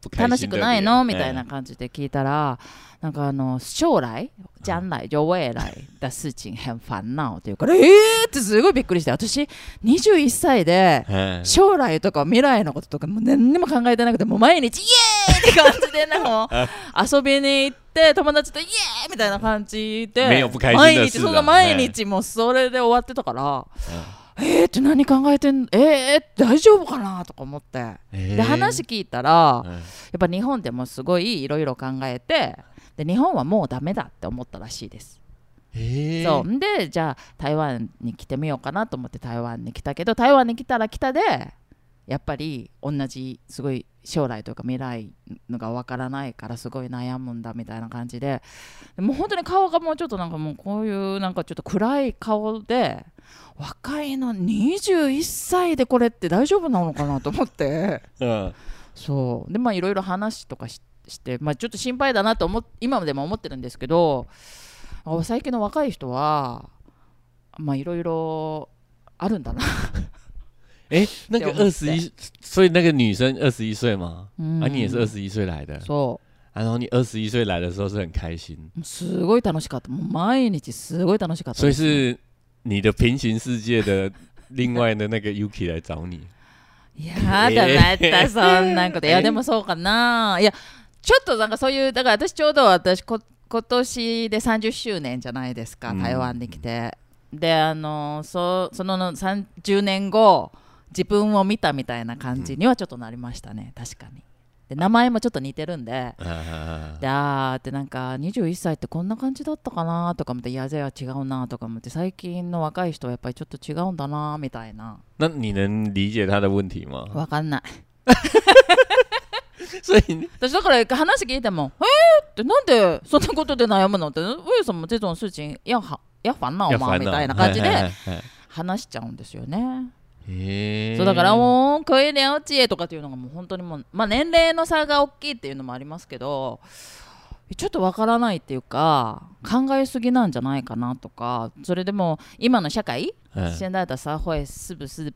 B: 不开
A: 楽し
B: 心
A: く
B: 的
A: ない
B: 脸
A: のみたい
B: 哎
A: な感じで聞いたら、なんかあの将来、将来就未来的事情很烦恼っていうから、えーってすごいびっくりして、私21歳で
B: 哎
A: 将来とか未来のこととかもう何にも考えてなくて、もう毎日イエーイって感じ で、なんかもう遊びに行って友達とイエーイみたいな感じで、
B: 目を不快心
A: 毎
B: な
A: 日
B: 数だ
A: そうだ毎日もうそれで終わってたから、えーって何考えてんのえー、大丈夫かなとか思って。
B: 哎
A: で話聞いたら、
B: 嗯
A: やっぱ日本でもすごいいろいろ考えてで日本はもうダメだって思ったらしいです。
B: 诶
A: そうんでじゃあ台湾に来てみようかなと思って台湾に来たけど台湾に来たら来たでやっぱり同じすごい将来とか未来のがわからないからすごい悩むんだみたいな感じででもう本当に顔がもうちょっとなんかもうこういうなんかちょっと暗い顔で若いの21歳でこれって大丈夫なのかなと思って。
B: 嗯，
A: そうでまあいろいろ話とかしして、まあ、ちょっと心配だなと思っ今でも思ってるんですけどあ最近の若い人はまあいろいろあるんだな、
B: 哎、那
A: 对嗯我
B: 个二
A: 们
B: 十一，所以那个女生二十一岁吗？
A: うん
B: 啊，你也是二十一岁来的，啊
A: そ
B: 然后你二十一岁来的时候是很开心，
A: うすごい楽しかったもう毎日すごい楽しかった
B: 所
A: で
B: 以
A: す
B: 是你的平行世界的另外的那个 Yuki 来找你，
A: いやだまたそんなこといやでもそうかないやちょっとなんかそういうだから私ちょうど私こ今年で30周年じゃないですか
B: うん
A: 台湾に来て、であのそその30年後自分を見たみたいな感じにはちょっとなりましたね確かにで名前もちょっと似てるんで
B: 啊，
A: であーってなんか21歳ってこんな感じだったかなとか思っていやじゃあ違うなとか思って最近の若い人はやっぱりちょっと違うんだなみたいな
B: 那你能理解他的问题 吗？
A: わかんない
B: 所以你
A: 私だから話聞いても「えー、ってなんでそんなことで悩むの?」って「上様这种事情要は要烦恼
B: 要
A: 吗？」
B: 烦
A: み
B: 恼
A: たいな感じで
B: 哎哎
A: 話しちゃうんですよね。
B: 哎
A: そうだからもう「こういう了解」とかっていうのがもう本当にもう、まあ、年齢の差が大きいっていうのもありますけどちょっとわからないっていうか考えすぎなんじゃないかなとかそれでも今の社会
B: 哎
A: 现在的社会是不是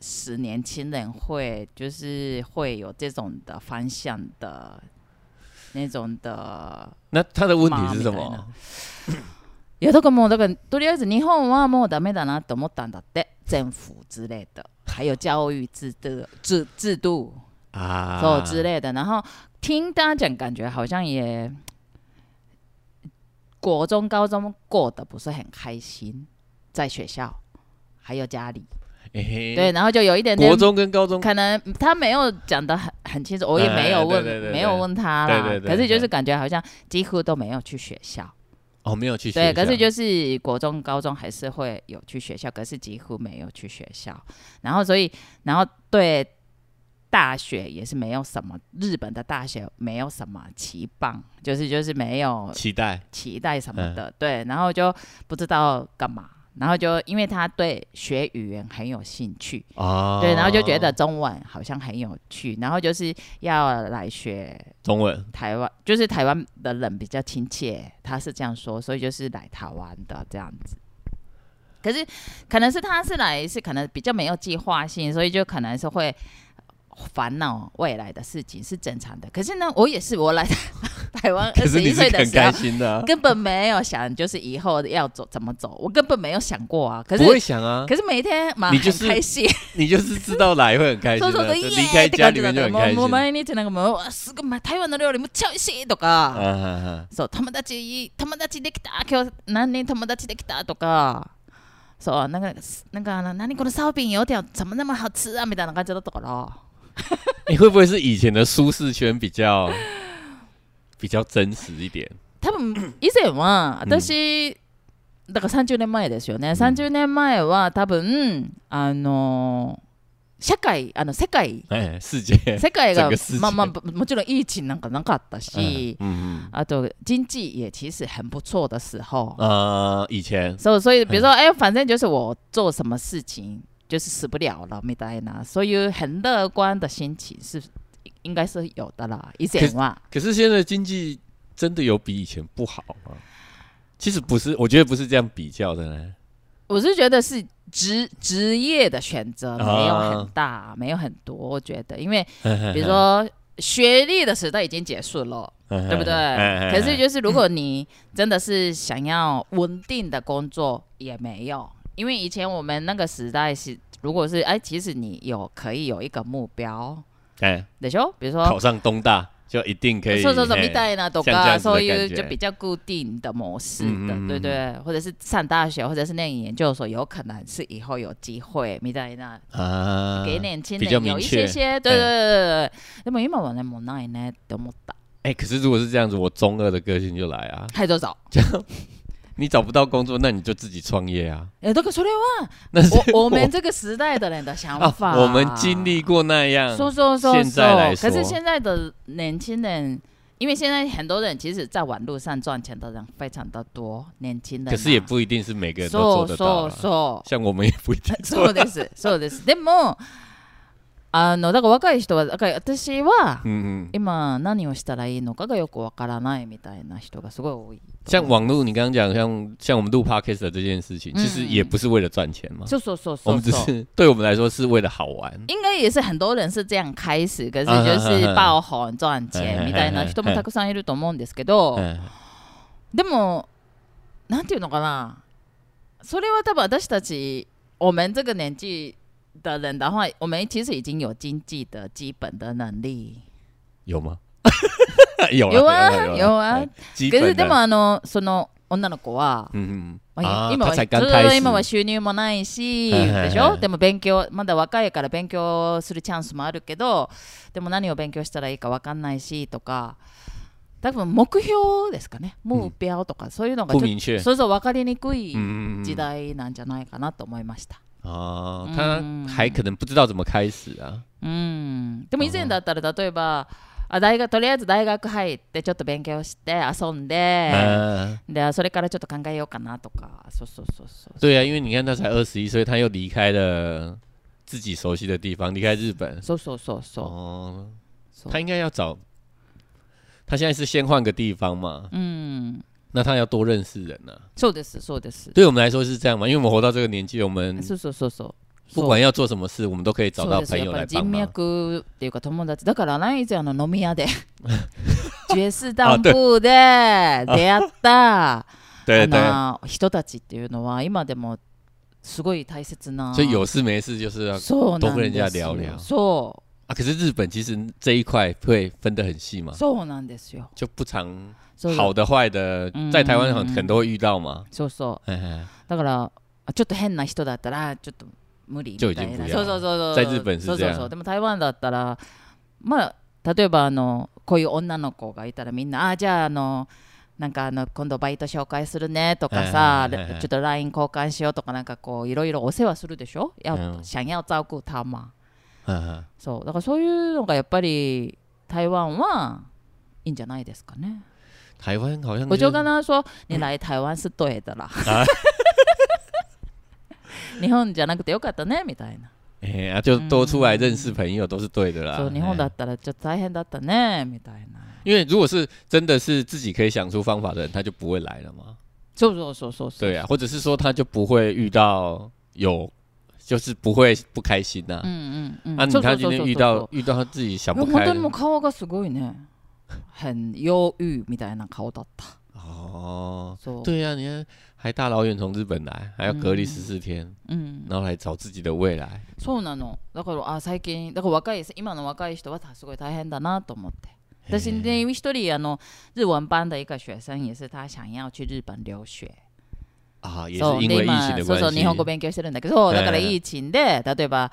A: 使年轻人会就是会有这种的方向的那种的？
B: 那他的问题是
A: 妈咪た
B: 什
A: い
B: 么
A: な？いやだからもうだからとりあえず日本はもうダメだなと思ったんだって政府之类的，还有教育制度制制度
B: 啊，
A: so 之类的。然后听大家讲，感觉好像也国中、高中过得不是很开心，在学校还有家里。
B: 哎
A: 对，然后就有一点点
B: 国中跟高中，
A: 可能他没有讲的很很清楚，我也没有
B: 哎
A: 问，
B: 对对对对
A: 没有问他啦。
B: 对对对
A: 可是就是感觉好像几乎都没有去学校，
B: 哦，没有去学
A: 对，
B: 校。
A: 可是就是国中、高中还是会有去学校，可是几乎没有去学校。然后所以，然后对大学也是没有什么，日本的大学没有什么期望，就是就是没有
B: 期待
A: 期待什么
B: 嗯
A: 的，对。然后就不知道干嘛，然后就因为他对学语言很有兴趣，
B: 哦，
A: 对，然后就觉得中文好像很有趣，然后就是要来学
B: 中文
A: 台湾就是台湾的人比较亲切，他是这样说，所以就是来台湾的这样子。可是可能是他是来是可能比较没有计划性，所以就可能是会烦恼未来的事情是正常的。可是呢，我也是我来 台湾
B: 可
A: 二
B: 是
A: 十
B: 你
A: 一
B: 是
A: 岁的
B: 很
A: 时
B: 开
A: 候。
B: 心的、啊，
A: 根本没有想，就是以后要走怎么走，我根本没有想过啊。可是
B: 不会想啊，
A: 可是每一天嘛，
B: 你就
A: 很
B: 是
A: 开心，
B: 你就是知道来会很开心
A: そう
B: 的、
A: そうそう、
B: 就
A: イエー
B: 离
A: イ
B: 开
A: って
B: 家
A: 感
B: 里
A: じだ
B: 面
A: った
B: 就很
A: もう
B: 开
A: もう
B: 心。
A: 毎日なんかもう、わすごい、まあ台湾の料理むっちゃ美味しいとか、
B: 啊哈哈
A: そう、友達、友達できた、今日何人友達できたとか、そう、なんか、すなんかあの、何この烧饼有点怎么那么好吃啊みたいな感じだったから、
B: 你会不会是以前的舒适圈比较比较真实一点？
A: 多分以前は私、だから30年前ですよね、30年前は多分、あの、社会、あの、世界、
B: 哎，世界，
A: 世界が
B: 整个世界
A: まあまあぶもちろんいい地なんかなかったし、
B: 嗯
A: あと啊经济也其实很不错的时候
B: 嗯，，呃，以前
A: 所以所以比如说，哎，反正就是我做什么事情就是死不了了，没带呢，所以很乐观的心情是应该是有的啦。以前啊は
B: 可是现在经济真的有比以前不好吗？其实不是，我觉得不是这样比较的呢。
A: 我是觉得是职职业的选择没有很大，
B: 啊
A: 没有很多，我觉得，因为 比
B: 比
A: 如， 说。学历的时代已经结束了，对
B: 对
A: 不对？
B: 哎
A: 可是就是如果你真的是想要稳定的工作，也没有，因为以前我们那个时代是，如果是哎，其实你有可以有一个目标
B: 哎，
A: でしょ？比如说，
B: 考上东大就一定可以。
A: 说说说
B: 嘿
A: みたいなと
B: 像这
A: か
B: 样子的
A: そういう
B: 感觉
A: 就比较固定的模式的，
B: 嗯嗯嗯
A: 对不对？或者是上大学，或者是念研究所，有可能是以后有机会みたいな。
B: 啊，
A: 给年轻
B: 比较
A: 人
B: 明
A: 有一些
B: 确
A: 些，对对对对对。でも今はねもうないねって思った。
B: 哎，可是如果是这样子，我中二的个性就来啊。
A: はいどうぞ。
B: 你找不到工作，那你就自己创业啊。
A: えだからそれは
B: 那是
A: 我我们这个时代的人的想
B: 啊，
A: 法。
B: 我们经历过那样，
A: 说说说
B: 现在来
A: 说，
B: 说
A: 可是现在的年轻人，因为现在很多人其实在网络上赚钱的人非常的多，年轻人啊、
B: 可是也不一定是每个人都
A: そ
B: 做
A: う
B: 得
A: そう
B: 到啊。
A: そう
B: 像我们也不一定 做
A: そうですそうですでもあのだから若い人はだから私は
B: 嗯嗯，
A: 今何をしたらいいのかがよくわからないみたいな人がすごい多い
B: 像网络，你刚刚讲，像像我们录 podcast 的这件事情，
A: 嗯
B: 其实也不是为了赚钱嘛，
A: そうそうそう
B: 我
A: そう
B: 们只
A: そう
B: 是对我们来说是为了好玩。
A: 应该也是很多人是这样开始，可是
B: 嗯
A: 就是
B: 嗯嗯
A: 爆红赚钱みたいな人もたくさんいると思うんですけど、
B: 嗯，
A: でもなんていうのかなそれは多分私たち我们这个年纪的人的话我们其实已经有经济的基本的能力
B: 有吗？ 有啦
A: 有啊
B: 啦
A: 有啊
B: 啦嗯基
A: 可是
B: 本
A: でも
B: 的，
A: あのその女の子は、
B: 嗯嗯，
A: ま
B: 啊
A: あ、今
B: 他
A: は
B: 才刚开
A: ずっと
B: 始，
A: 今は収入もないし、
B: はいはいは
A: で
B: い
A: しょでも勉強まだ若いから勉強するチャンスもあるけどでも何を勉強したらいいか分かんないしとか多分目標ですかね目標とか、そういうのがちょ
B: 不
A: っと
B: 明确。
A: そうそう分かりにくい
B: 嗯嗯
A: 時
B: 嗯
A: 代なんじゃないかなと思いました。
B: 嗯，哦，
A: 嗯
B: 他还可能不知道怎么开始啊。
A: うん、でも以前だったら例えばあ大学とりあえず大学入ってちょっと勉強して遊んで、
B: 嗯，
A: でそれからちょっと考えようかなとかそうそうそうそう
B: 对啊，因为你看他才二十一岁，他又离开了自己熟悉的地方，离开日本。
A: そうそうそうそう
B: 哦，
A: そう
B: 他应该要找，他现在是先换个地方嘛，
A: 嗯うん
B: 那他要多认识人啊。
A: そうですそうです
B: 对我们来说是这样嘛，因为我们活到这个年纪，我们
A: そうそうそうそう
B: 不管要做什么事，我们都可以找
A: そう
B: 到
A: です
B: 朋
A: やっぱ
B: 友来
A: り
B: 帮
A: 人
B: 忙。
A: 脈っていうか友達だからないじゃんあの飲み 屋で爵士ダンプで出会 った
B: 对对，
A: あの人たちっていうのは今でもすごい大切な
B: 所以有事没事就是要
A: そう
B: ど
A: な
B: こ
A: ん
B: で
A: で
B: 人
A: す
B: 家
A: よ
B: 聊聊
A: そ
B: 啊。可是日本其实这一块会分得很细嘛
A: う、そうなんですよ
B: 就不常
A: そう
B: 好的坏的
A: 嗯，
B: 在台湾很很多会遇到嘛。
A: そうそ
B: 嘿嘿
A: うだからあちょっと変な人だったらちょっと無理みたい
B: 就已经
A: な
B: 不要
A: そうそうそうそう
B: 在日本是
A: そう
B: 这
A: そ
B: 样
A: うそうでも台湾だったらまあ例えばあのこういう女の子がいたらみんなあじゃああのなんかあの今度バイト紹介するねとかさ、
B: はいはいはいはい
A: ちょっと LINE 交換しようとかなんかこういろいろお世話するでしょ要、
B: うん
A: 想要照顾他嘛
B: 嗯
A: そうだからそういうのがやっぱり台湾はいいんじゃないですかね
B: 台湾好像
A: 我就
B: 就是
A: 跟他说你来台湾是对的啦
B: 啊
A: 日本じゃなくてよかったねみたいな
B: 哎、啊，
A: 嗯
B: 就多出来认识朋友都是对的啦。
A: そう日本
B: 哎
A: だったらちょっと大変だったねみたいな
B: 因为如果是真的是自己可以想出方法的人，他就不会来了嘛。
A: そうそうそうそうそう
B: 对啊，或者是说他就不会遇到有，就是不会不开心呐、啊。
A: うんうんうん
B: 啊，你
A: そうそ
B: 他
A: うそ
B: 今
A: うそ
B: 天
A: う
B: 遇到遇到他自己想
A: いや
B: 不
A: 本
B: 开
A: 当
B: 的
A: にもう顔がすごいね。很憂鬱みたいな顔だった。
B: 哦，嗯
A: そう。
B: 对啊，你看还大老远从日本来，还要隔离十四天，
A: うん、
B: 然后来找自己的未来。
A: そうなの。だから、あ、最近、だから若い、今の若い人はすごい大変だなと思って。私ね、一人、あの、日文班的一个学生也是他想要去日本留学。
B: 啊，也是
A: そう
B: 因
A: で
B: 为疫
A: 今
B: 情的
A: そ
B: 关
A: うそう
B: 系
A: 日。本語勉強してるんだけど、だから
B: ええ
A: 疫情で、例えば、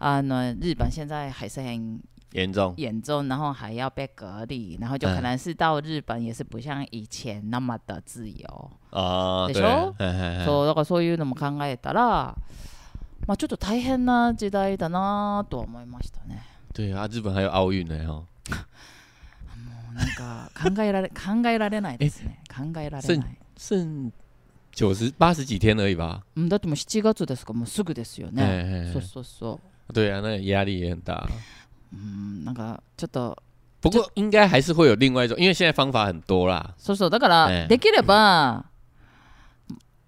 A: あの日本现在还是很
B: 严重。
A: 严重，然后还要被隔离，然后就可
B: 嗯
A: 能是到日本也是不像以前那么的自由。
B: 啊，
A: でし
B: 对，
A: ょ
B: 嘿嘿嘿
A: そうだからそういうのも考えたら、まあ、ちょっと大変な時代だなとは思いましたね。
B: 对啊，日本还有奥运呢哦，
A: もうなんか考えられ考えられないですね。考えられ
B: せ
A: ない。
B: 剩九十八十几天而已吧。
A: うんだってもう7月ですからもうすぐですよね。
B: 哎
A: そうそうそ
B: 对啊，那压力也很大。
A: う。うんなんかちょっと
B: 不过应该还是会有另外一种，因为现在方法很多啦。
A: そうそうだから、
B: ええ
A: できれば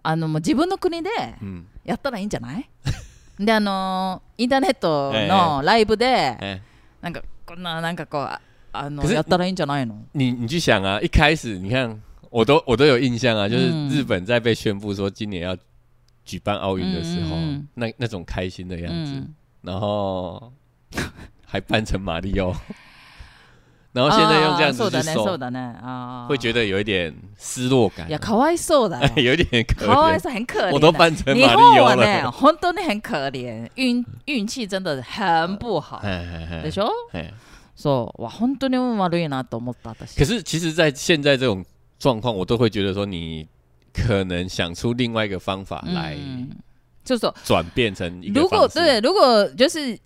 A: あのもう自分の国で
B: 嗯，
A: やったらいいんじゃない？であのインターネット
B: え
A: のライブで、
B: 哎，
A: なんかこんななんかこうああの
B: 可是
A: やったらいいんじゃないの？
B: 你你去想啊，一开始你看我都我都有印象啊，就是
A: 嗯
B: 日本在被宣布说今年要举办奥运的时候，
A: 嗯嗯嗯
B: 那那种开心的样子，
A: うん。
B: 然后还扮成马里奥，然后现在用这
A: あ
B: 样子
A: ーそう
B: 去
A: だねそ
B: 送
A: う，だねあー
B: 会觉得有一点失落感、啊
A: い やかわいそうだよ
B: 有一点可
A: かわい
B: 怜。
A: そう很啊可
B: 我都
A: 怜
B: 扮成
A: 日
B: 马
A: 本
B: 里奥
A: は ね
B: 了，
A: 本当に很可憐運運気真的很不好
B: 哎哎哎
A: でしょ
B: 哎
A: そうわ本当に運悪いなと思った私
B: 可是，其实，在现在这种状况，我都会觉得说，你可能想出另外一个方法来
A: 嗯そうそう
B: 转变成一个
A: 如果
B: 方式。
A: 对如果就是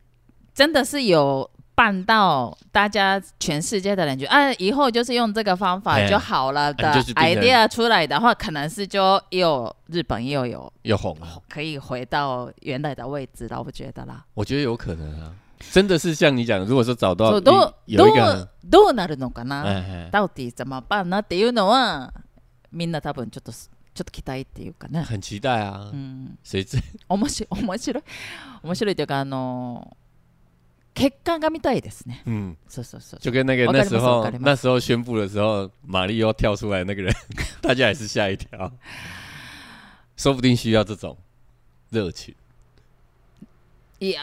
A: 真的是有办到大家全世界的人觉得啊以后就是用这个方法
B: 哎
A: 就好了的
B: 啊就是变成
A: idea 出来的话可能是就又日本又有
B: 又红了，
A: 可以回到原来的位置了，我觉得啦。
B: 我觉得有可能啊，真的是像你讲的，如果说
A: そ
B: 找到
A: うどう
B: 一哦有一
A: ど
B: 个
A: うどうなるのか
B: 很，
A: な、
B: 哎
A: 到底怎么办なっていうのはみんな多分ちょっとすちょっと期待っていうか
B: 哎，
A: ね。
B: 很期待啊
A: う。ん、
B: 谁知
A: 面白い面白い面白いというかあのー結果が見たいですね。
B: 嗯，
A: そうそうそう。
B: 就跟那个
A: 我
B: 那
A: 干你
B: 时
A: 们手我
B: 候
A: 干你们
B: 那时候宣布的时候，马里奥跳出来那个人， 大家也是吓一跳，说不定需要这种热情。
A: いや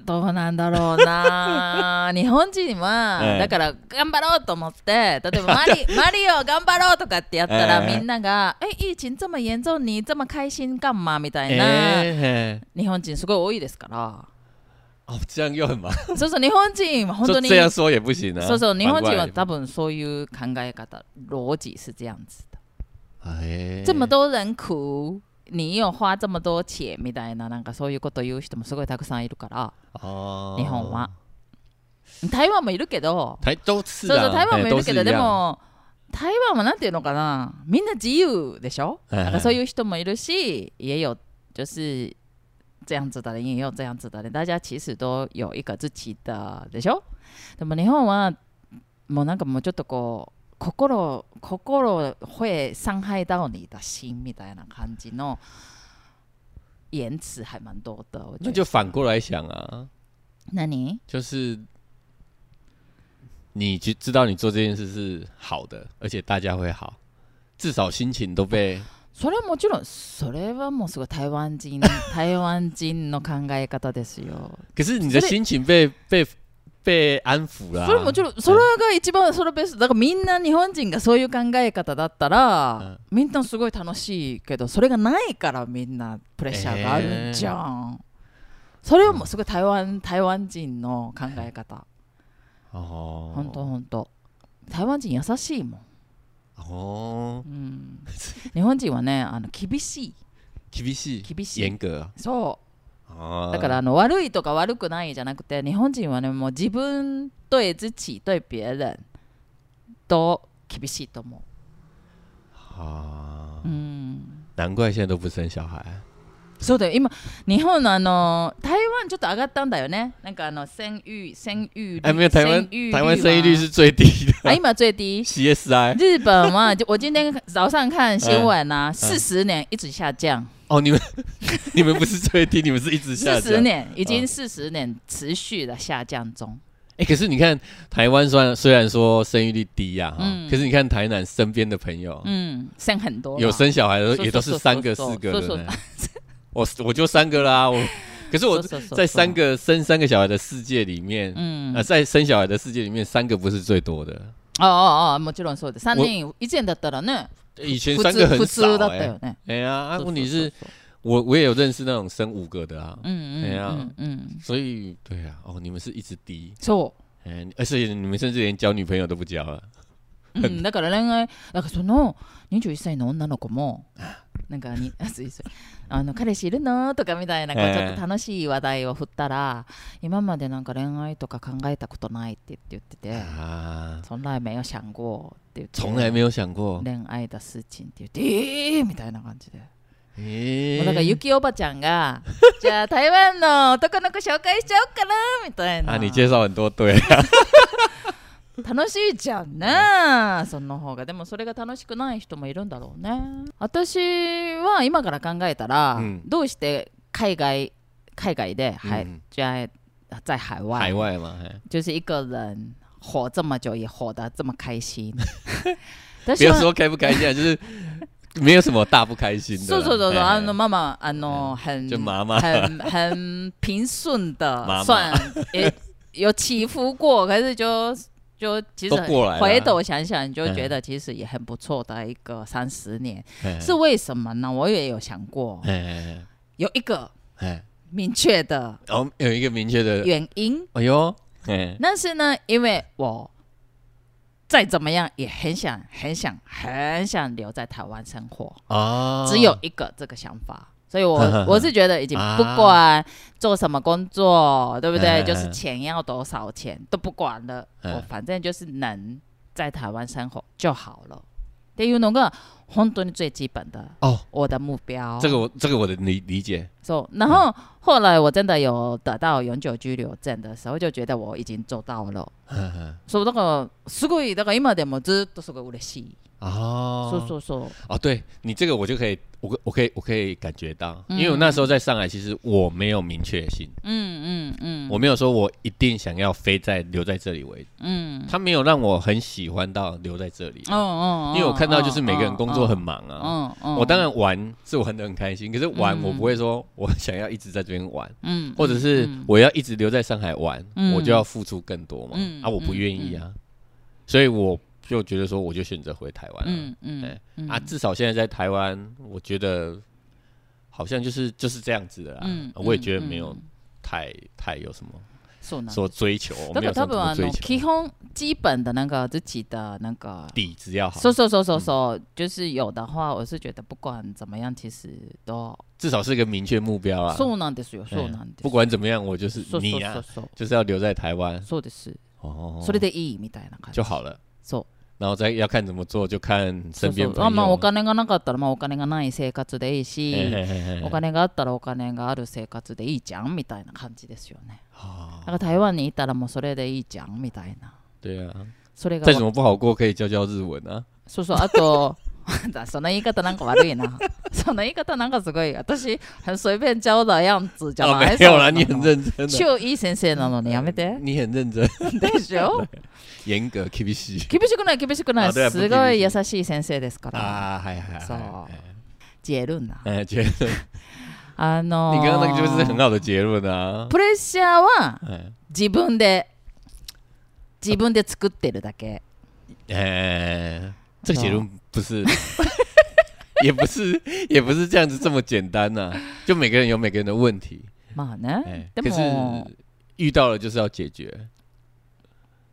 A: ーどうなんだろう な日本人は、
B: ええ
A: だから頑張ろうと思って例えばマリ マリオ頑張ろうとかってやったら、
B: ええ
A: みんなが「え疫情这么严重你这么開心干嘛?」みたいな、
B: 哎，嘿
A: 日本人すごい多いですから
B: 哦，这样又很麻烦。
A: そうそう日本人は本当
B: 就
A: に
B: 这样说也不行啊。
A: そうそう日本人は
B: 反过来
A: 多分そういう考え方逻辑是这样子的、
B: 哎，
A: 这么多人苦你又花这么多钱みたいななんかそういうこと言う人もすごいたくさんいるから
B: 哦，
A: 日本は、台湾もいるけど
B: 台都是
A: そう
B: 啊，
A: そう台湾も
B: 哎
A: い
B: 都
A: る
B: 是
A: け
B: 一
A: ど
B: 样
A: でも台湾はなんていうのかなみんな自由でしょ
B: 哎
A: だからそういう人もいるし也有就是这样子的人也有这样子的人大家其实都有一个自己的でしょでも日本はもうなんかもうちょっとこう心心会伤害到你的心みたいな感じの言辞还蛮多的我觉得
B: 那就反过来想啊，
A: 何
B: 就是你去知道你做这件事是好的，而且大家会好，至少心情都被
A: それはもちろんそれはもうすごい台湾 人台湾人の考え方ですよ。
B: 可是你的
A: 所以
B: 心情被被被安抚了、
A: それはもちろんそれが一番それベストだからみんな日本人がそういう考え方だったら、みんなすごい楽しいけどそれがないからみんなプレッシャーがあるじゃん。それはもうすごい台湾台湾人の考え方。
B: 哦
A: 本当本当。台湾人優しいもん。
B: 哦，
A: 日本人はねあの厳しい
B: 厳しい，
A: 厳しい
B: 严格啊
A: そう
B: 啊，
A: だからあの悪いとか悪くないじゃなくて日本人はねもう自分对自己对别人都厳しいと思
B: 啊
A: う。う，ん。
B: 哦难怪现在都不生小孩。
A: そうだよ今日本のあの台湾ちょっと上がったんだよね。なんかあの生育生育率
B: 哎，没有台湾
A: 生育，哎
B: 台湾生育率
A: は
B: 是最低的。
A: あ今最低。
B: CSI
A: 日本嘛，就我今天早上看新闻 啊，四十年一直下降，
B: 哦，你们 你们不是最低，你们是一直下
A: 四十
B: 降。
A: 年已经四十年持续的下降中。
B: 哎、可是你看台湾虽然虽然说生育率低呀、啊，
A: 嗯
B: 可是你看台南身边的朋友、
A: 嗯，剩很多啦
B: 有生小孩的
A: 说
B: 也都是
A: 说
B: 三个
A: 说
B: 四个
A: 说
B: 的呢。我我就三个啦， 我可是我
A: 说说说
B: 在三个生三个小孩的世界里面，
A: 嗯
B: 呃，在生小孩的世界里面，三个不是最多的。
A: ああああもちろんそうです。三人以前だったらね、
B: 以前
A: 普
B: 三个
A: 通普通
B: 很少
A: だっ
B: 哎、
A: たよね。
B: 哎呀、啊，
A: そうそうそう
B: 问题是我我也有认识那种生五个的啊，
A: 嗯
B: 哎呀
A: 嗯嗯嗯，
B: 所以对啊，哦，你们是一直低，
A: そう。
B: 哎、而且你们甚至连交女朋友都不交了。
A: うん、だから恋愛だからその21歳の女の子もなんかに あすいませんあの彼氏いるのとかみたいなこう
B: ええ
A: ちょっと楽しい話題を振ったら今までなんか恋愛とか考えたことないって言ってて
B: 啊，
A: そんな没有想过って言って
B: 从来没有想过。
A: 恋愛だ事情って言ってえーみたいな感じで
B: 诶、
A: もうだからゆきおばちゃんが じゃあ台湾の男の子紹介しちゃおうかなみたいな
B: 啊，你介绍很多对、啊，
A: 楽しいじゃんねその方がでもそれが楽しくない人もいるんだろうね私は今から考えたら、
B: うん
A: どうして海外海外で、はい
B: うん
A: じゃあ在海外
B: 海外嘛，哎
A: 就是一个人活这么久也活得这么开 心 私
B: 不要说开不开心，啊，就是没有什么大不开心的啦。
A: そうそうそうそう
B: 哎
A: あのママあの啊很
B: 就妈妈
A: 很很平顺 的
B: 妈妈
A: 算也有起伏过，可是就就其实
B: 都过来了嗯
A: 回头想想，你就觉得其实也很不错的一个三十年，
B: 哎
A: 是为什么呢？我也有想过，
B: 哎哎
A: 有一个
B: 哎哎，
A: 明确的
B: 然后哦有一个明确的，
A: 原因，
B: 哎呦，哎
A: 但是呢，因为我。再怎么样也很想、很想、很想留在台湾生活，
B: 啊，
A: 只有一个这个想法，所 以
B: 呵呵
A: 我
B: 呵
A: 我是觉得已经不
B: 啊
A: 管做什么工作，对不对？
B: 嗯嗯嗯
A: 就是钱要多少钱都不管了，
B: 嗯
A: 我反正就是能在台湾生活就好了。っていうのが本当に最基本的
B: 哦，
A: 我的目标。
B: 这个我这个我的理理解，
A: so，然后后来我真的有得到永久居留证的时候，就觉得我已经做到了。
B: 嗯
A: そうだからすごいだから今でもずっとすごい嬉しい。
B: 嗯哦，
A: そうそうそう。
B: 哦，对你这个我就可以，我可我可以我可以感觉到，
A: 嗯
B: 因为我那时候在上海，其实我没有明确性，
A: 嗯嗯
B: 我
A: 嗯
B: 没有说我一定想要非在留在这里为止，
A: 嗯。
B: 他没有让我很喜欢到留在这里，
A: 哦哦
B: 因为我看到就是每个人工作很
A: 忙。
B: 忙啊。
A: 嗯嗯，
B: 我当然玩是玩的很开心，可是玩
A: 嗯
B: 我不会说我 想要一直在这边玩，
A: 嗯，
B: 或者是
A: 嗯
B: 我要一直留在上海玩，
A: 嗯
B: 我就要付出更多嘛
A: 嗯。
B: 啊，我不愿意啊，所以我就觉得说我就选择回台湾了。
A: 嗯嗯
B: 哎
A: 嗯
B: 啊，至少现在在台湾，我觉得好像就是就是这样子的啦。
A: 嗯
B: 我也觉得没有
A: 嗯啊
B: 太、太有什么
A: そうなんです
B: 说追求，我
A: だか
B: 没有
A: ら
B: 什
A: 多分
B: 么
A: あ
B: 追
A: の基
B: 求，
A: 本基本的那个自己的那个，
B: 底子要好，
A: そうそうそうそうそう，就是有的话，我是觉得不管怎么样，其实都
B: 至少是一个明确目标啦。
A: そうなんですよ、そうなんです。
B: 不管怎么样，我就是
A: そうそう
B: 你
A: そ
B: 啊
A: う，そう、
B: 就是要留在台湾
A: そうです。
B: 哦，
A: それでいいみたいな感じ。
B: 就好了。
A: そう。
B: 然后再要看怎么做，就看
A: そう
B: 身
A: そ
B: 边
A: う。
B: 朋
A: あまあ
B: 友啊
A: お。金がなかったらまあお金がない生活でいいし、
B: 嘿嘿嘿嘿
A: お金があったらお金がある生活でいいじゃんみたいな感じですよね。だ
B: 哦
A: から台湾にいたらもうそれでいいじゃんみたいな。
B: 对啊，
A: それが
B: 再怎么不好过，可以教教日文啊。
A: そうそう、あと、 だその言い方なんか悪いな。 その言い方なんかすごい、私、很随便教的样子じゃ
B: 啊，
A: ない、
B: 没有啦，你
A: そん
B: 很
A: なの
B: 认真的，
A: 超いい先生なのにやめ て。
B: 你很认真，
A: でしょ
B: 严格 K B C。
A: 厳しくない、厳しくな
B: あ
A: い。
B: でも
A: すごい優しい先生ですから。
B: 啊，还还
A: そう
B: 还，
A: ジェルンな。
B: 哎，结论，
A: あの
B: 你
A: ー
B: 刚刚那个就是很好的结论啊。
A: プレッシャーは
B: 哎
A: 自分で、自分で作ってるだけ。
B: 哎，这个结论不是， 也不是，也不是这样子这么简单呐。就每个人有每个人的问题，
A: まあね
B: 哎，，
A: で
B: 可
A: も、
B: 是遇到了就是要解决。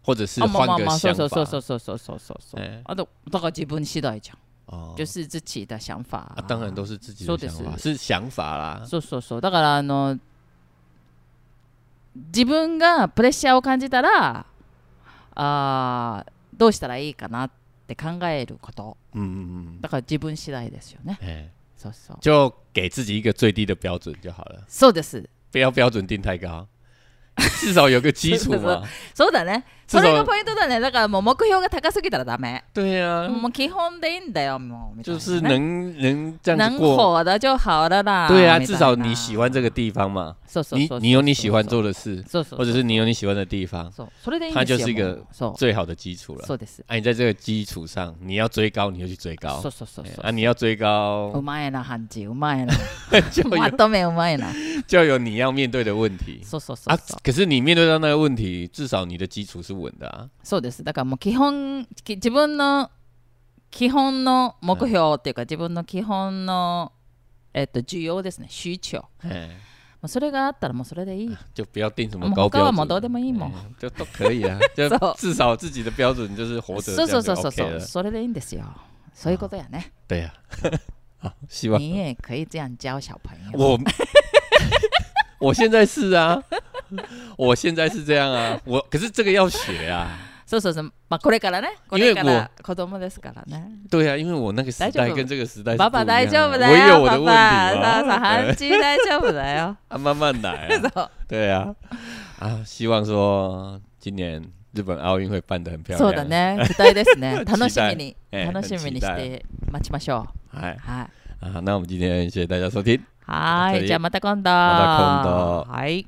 B: 或者是
A: あまあ
B: 换
A: まあ
B: 个
A: まあ、そ
B: 想
A: うそうそうそ
B: 法
A: うそうそうそうそうそう。
B: え
A: あとだから自分次第じゃん、
B: 哦
A: 就是自己的想法。
B: 啊，当然都是自己的
A: そうです
B: 想法，是想法啦。
A: そうそうそう。だからあの自分がプレッシャーを感じたら、あーどうしたらいいかなって考えること。
B: 嗯嗯嗯，
A: だから自分次第ですよね。
B: 哎，
A: そうそう。
B: 就给自己一个最低的标准就好了，
A: そうです。
B: 不要标准定太高， 至少有个基础 嘛。
A: そうだね。
B: 至
A: それが
B: 少
A: ポイントだね。だからもう目標が高すぎたらダメ。
B: 对呀、啊，
A: もう基本でいいんだよ、もう。みたいな
B: 就
A: ね
B: 是能能这样
A: 能
B: 子过。
A: 火的就好了啦。
B: 对啊，
A: みたいな
B: 至少你喜欢这个地方嘛，
A: そうそう
B: 你
A: そうそう
B: 你有你喜欢做的事，
A: そうそう
B: 或者是你有你喜欢的地方，
A: そうそれでいいん
B: 它
A: です
B: 就
A: よ。
B: 是一个
A: もうそう
B: 最好的基础了。
A: そうです。
B: 啊，你在这个基础上，你要追高，你就去追高
A: そう。そうそう
B: 哎
A: そう。
B: 啊，你要追
A: う
B: 高，
A: まいな、ハンジ。うまい な。
B: 就
A: ま
B: 有
A: とめうまいな。
B: 就有你要面对的问题。
A: そうそうそ
B: 啊
A: うそう。，
B: 可是你面对到那个问题，至少你的基础是稳的啊。
A: そうです。だからもう基本、き自分の基本の目標っていうか、自分の基本の、えっと、需要ですね。需求。も
B: 哎，
A: うそれがあったらもうそれでいい。
B: 就不要定什么
A: もう
B: 哦高
A: 他は
B: 标
A: もうどうで
B: 准，
A: もいいもん。
B: 哎就都可以 啊。就
A: 走
B: 至少自己的标准就是活着，
A: そ
B: 这
A: うそう
B: 样
A: そうそ
B: 就
A: うそ
B: OK
A: う。
B: 了。
A: それでいいんですよ。そういうことやね。
B: 对呀，好，希望
A: 你也可以这样教小朋友。
B: 我 我现在是啊，我现在是这样啊。我可是这个要学啊，
A: そうそうそう。まあ、これからね。こ
B: 因为
A: れから子供ですからね。
B: 对啊，因为我那个时
A: 大丈
B: 代
A: 夫
B: 跟这个时代是
A: パパ
B: 不一样啊
A: 大丈夫だ
B: 我也有
A: よ。
B: 我的
A: パ
B: 问
A: パ、さあ
B: 题
A: さあ、
B: 嘛。
A: ハ
B: 对
A: ンチ大丈夫だよ。
B: 啊，慢慢来 啊。
A: そう
B: 对啊，啊，希望说今年日本奥运会办得很漂亮。
A: そうだ。ね。期待です ね。
B: 待
A: 楽しみに、
B: ええ
A: 楽しみにして待ちましょ
B: 哎
A: う。はい。
B: 啊，那我们今天谢谢大家收听。
A: は
B: お二
A: ー
B: 人
A: い。じゃあまた今度。
B: また今度
A: はい。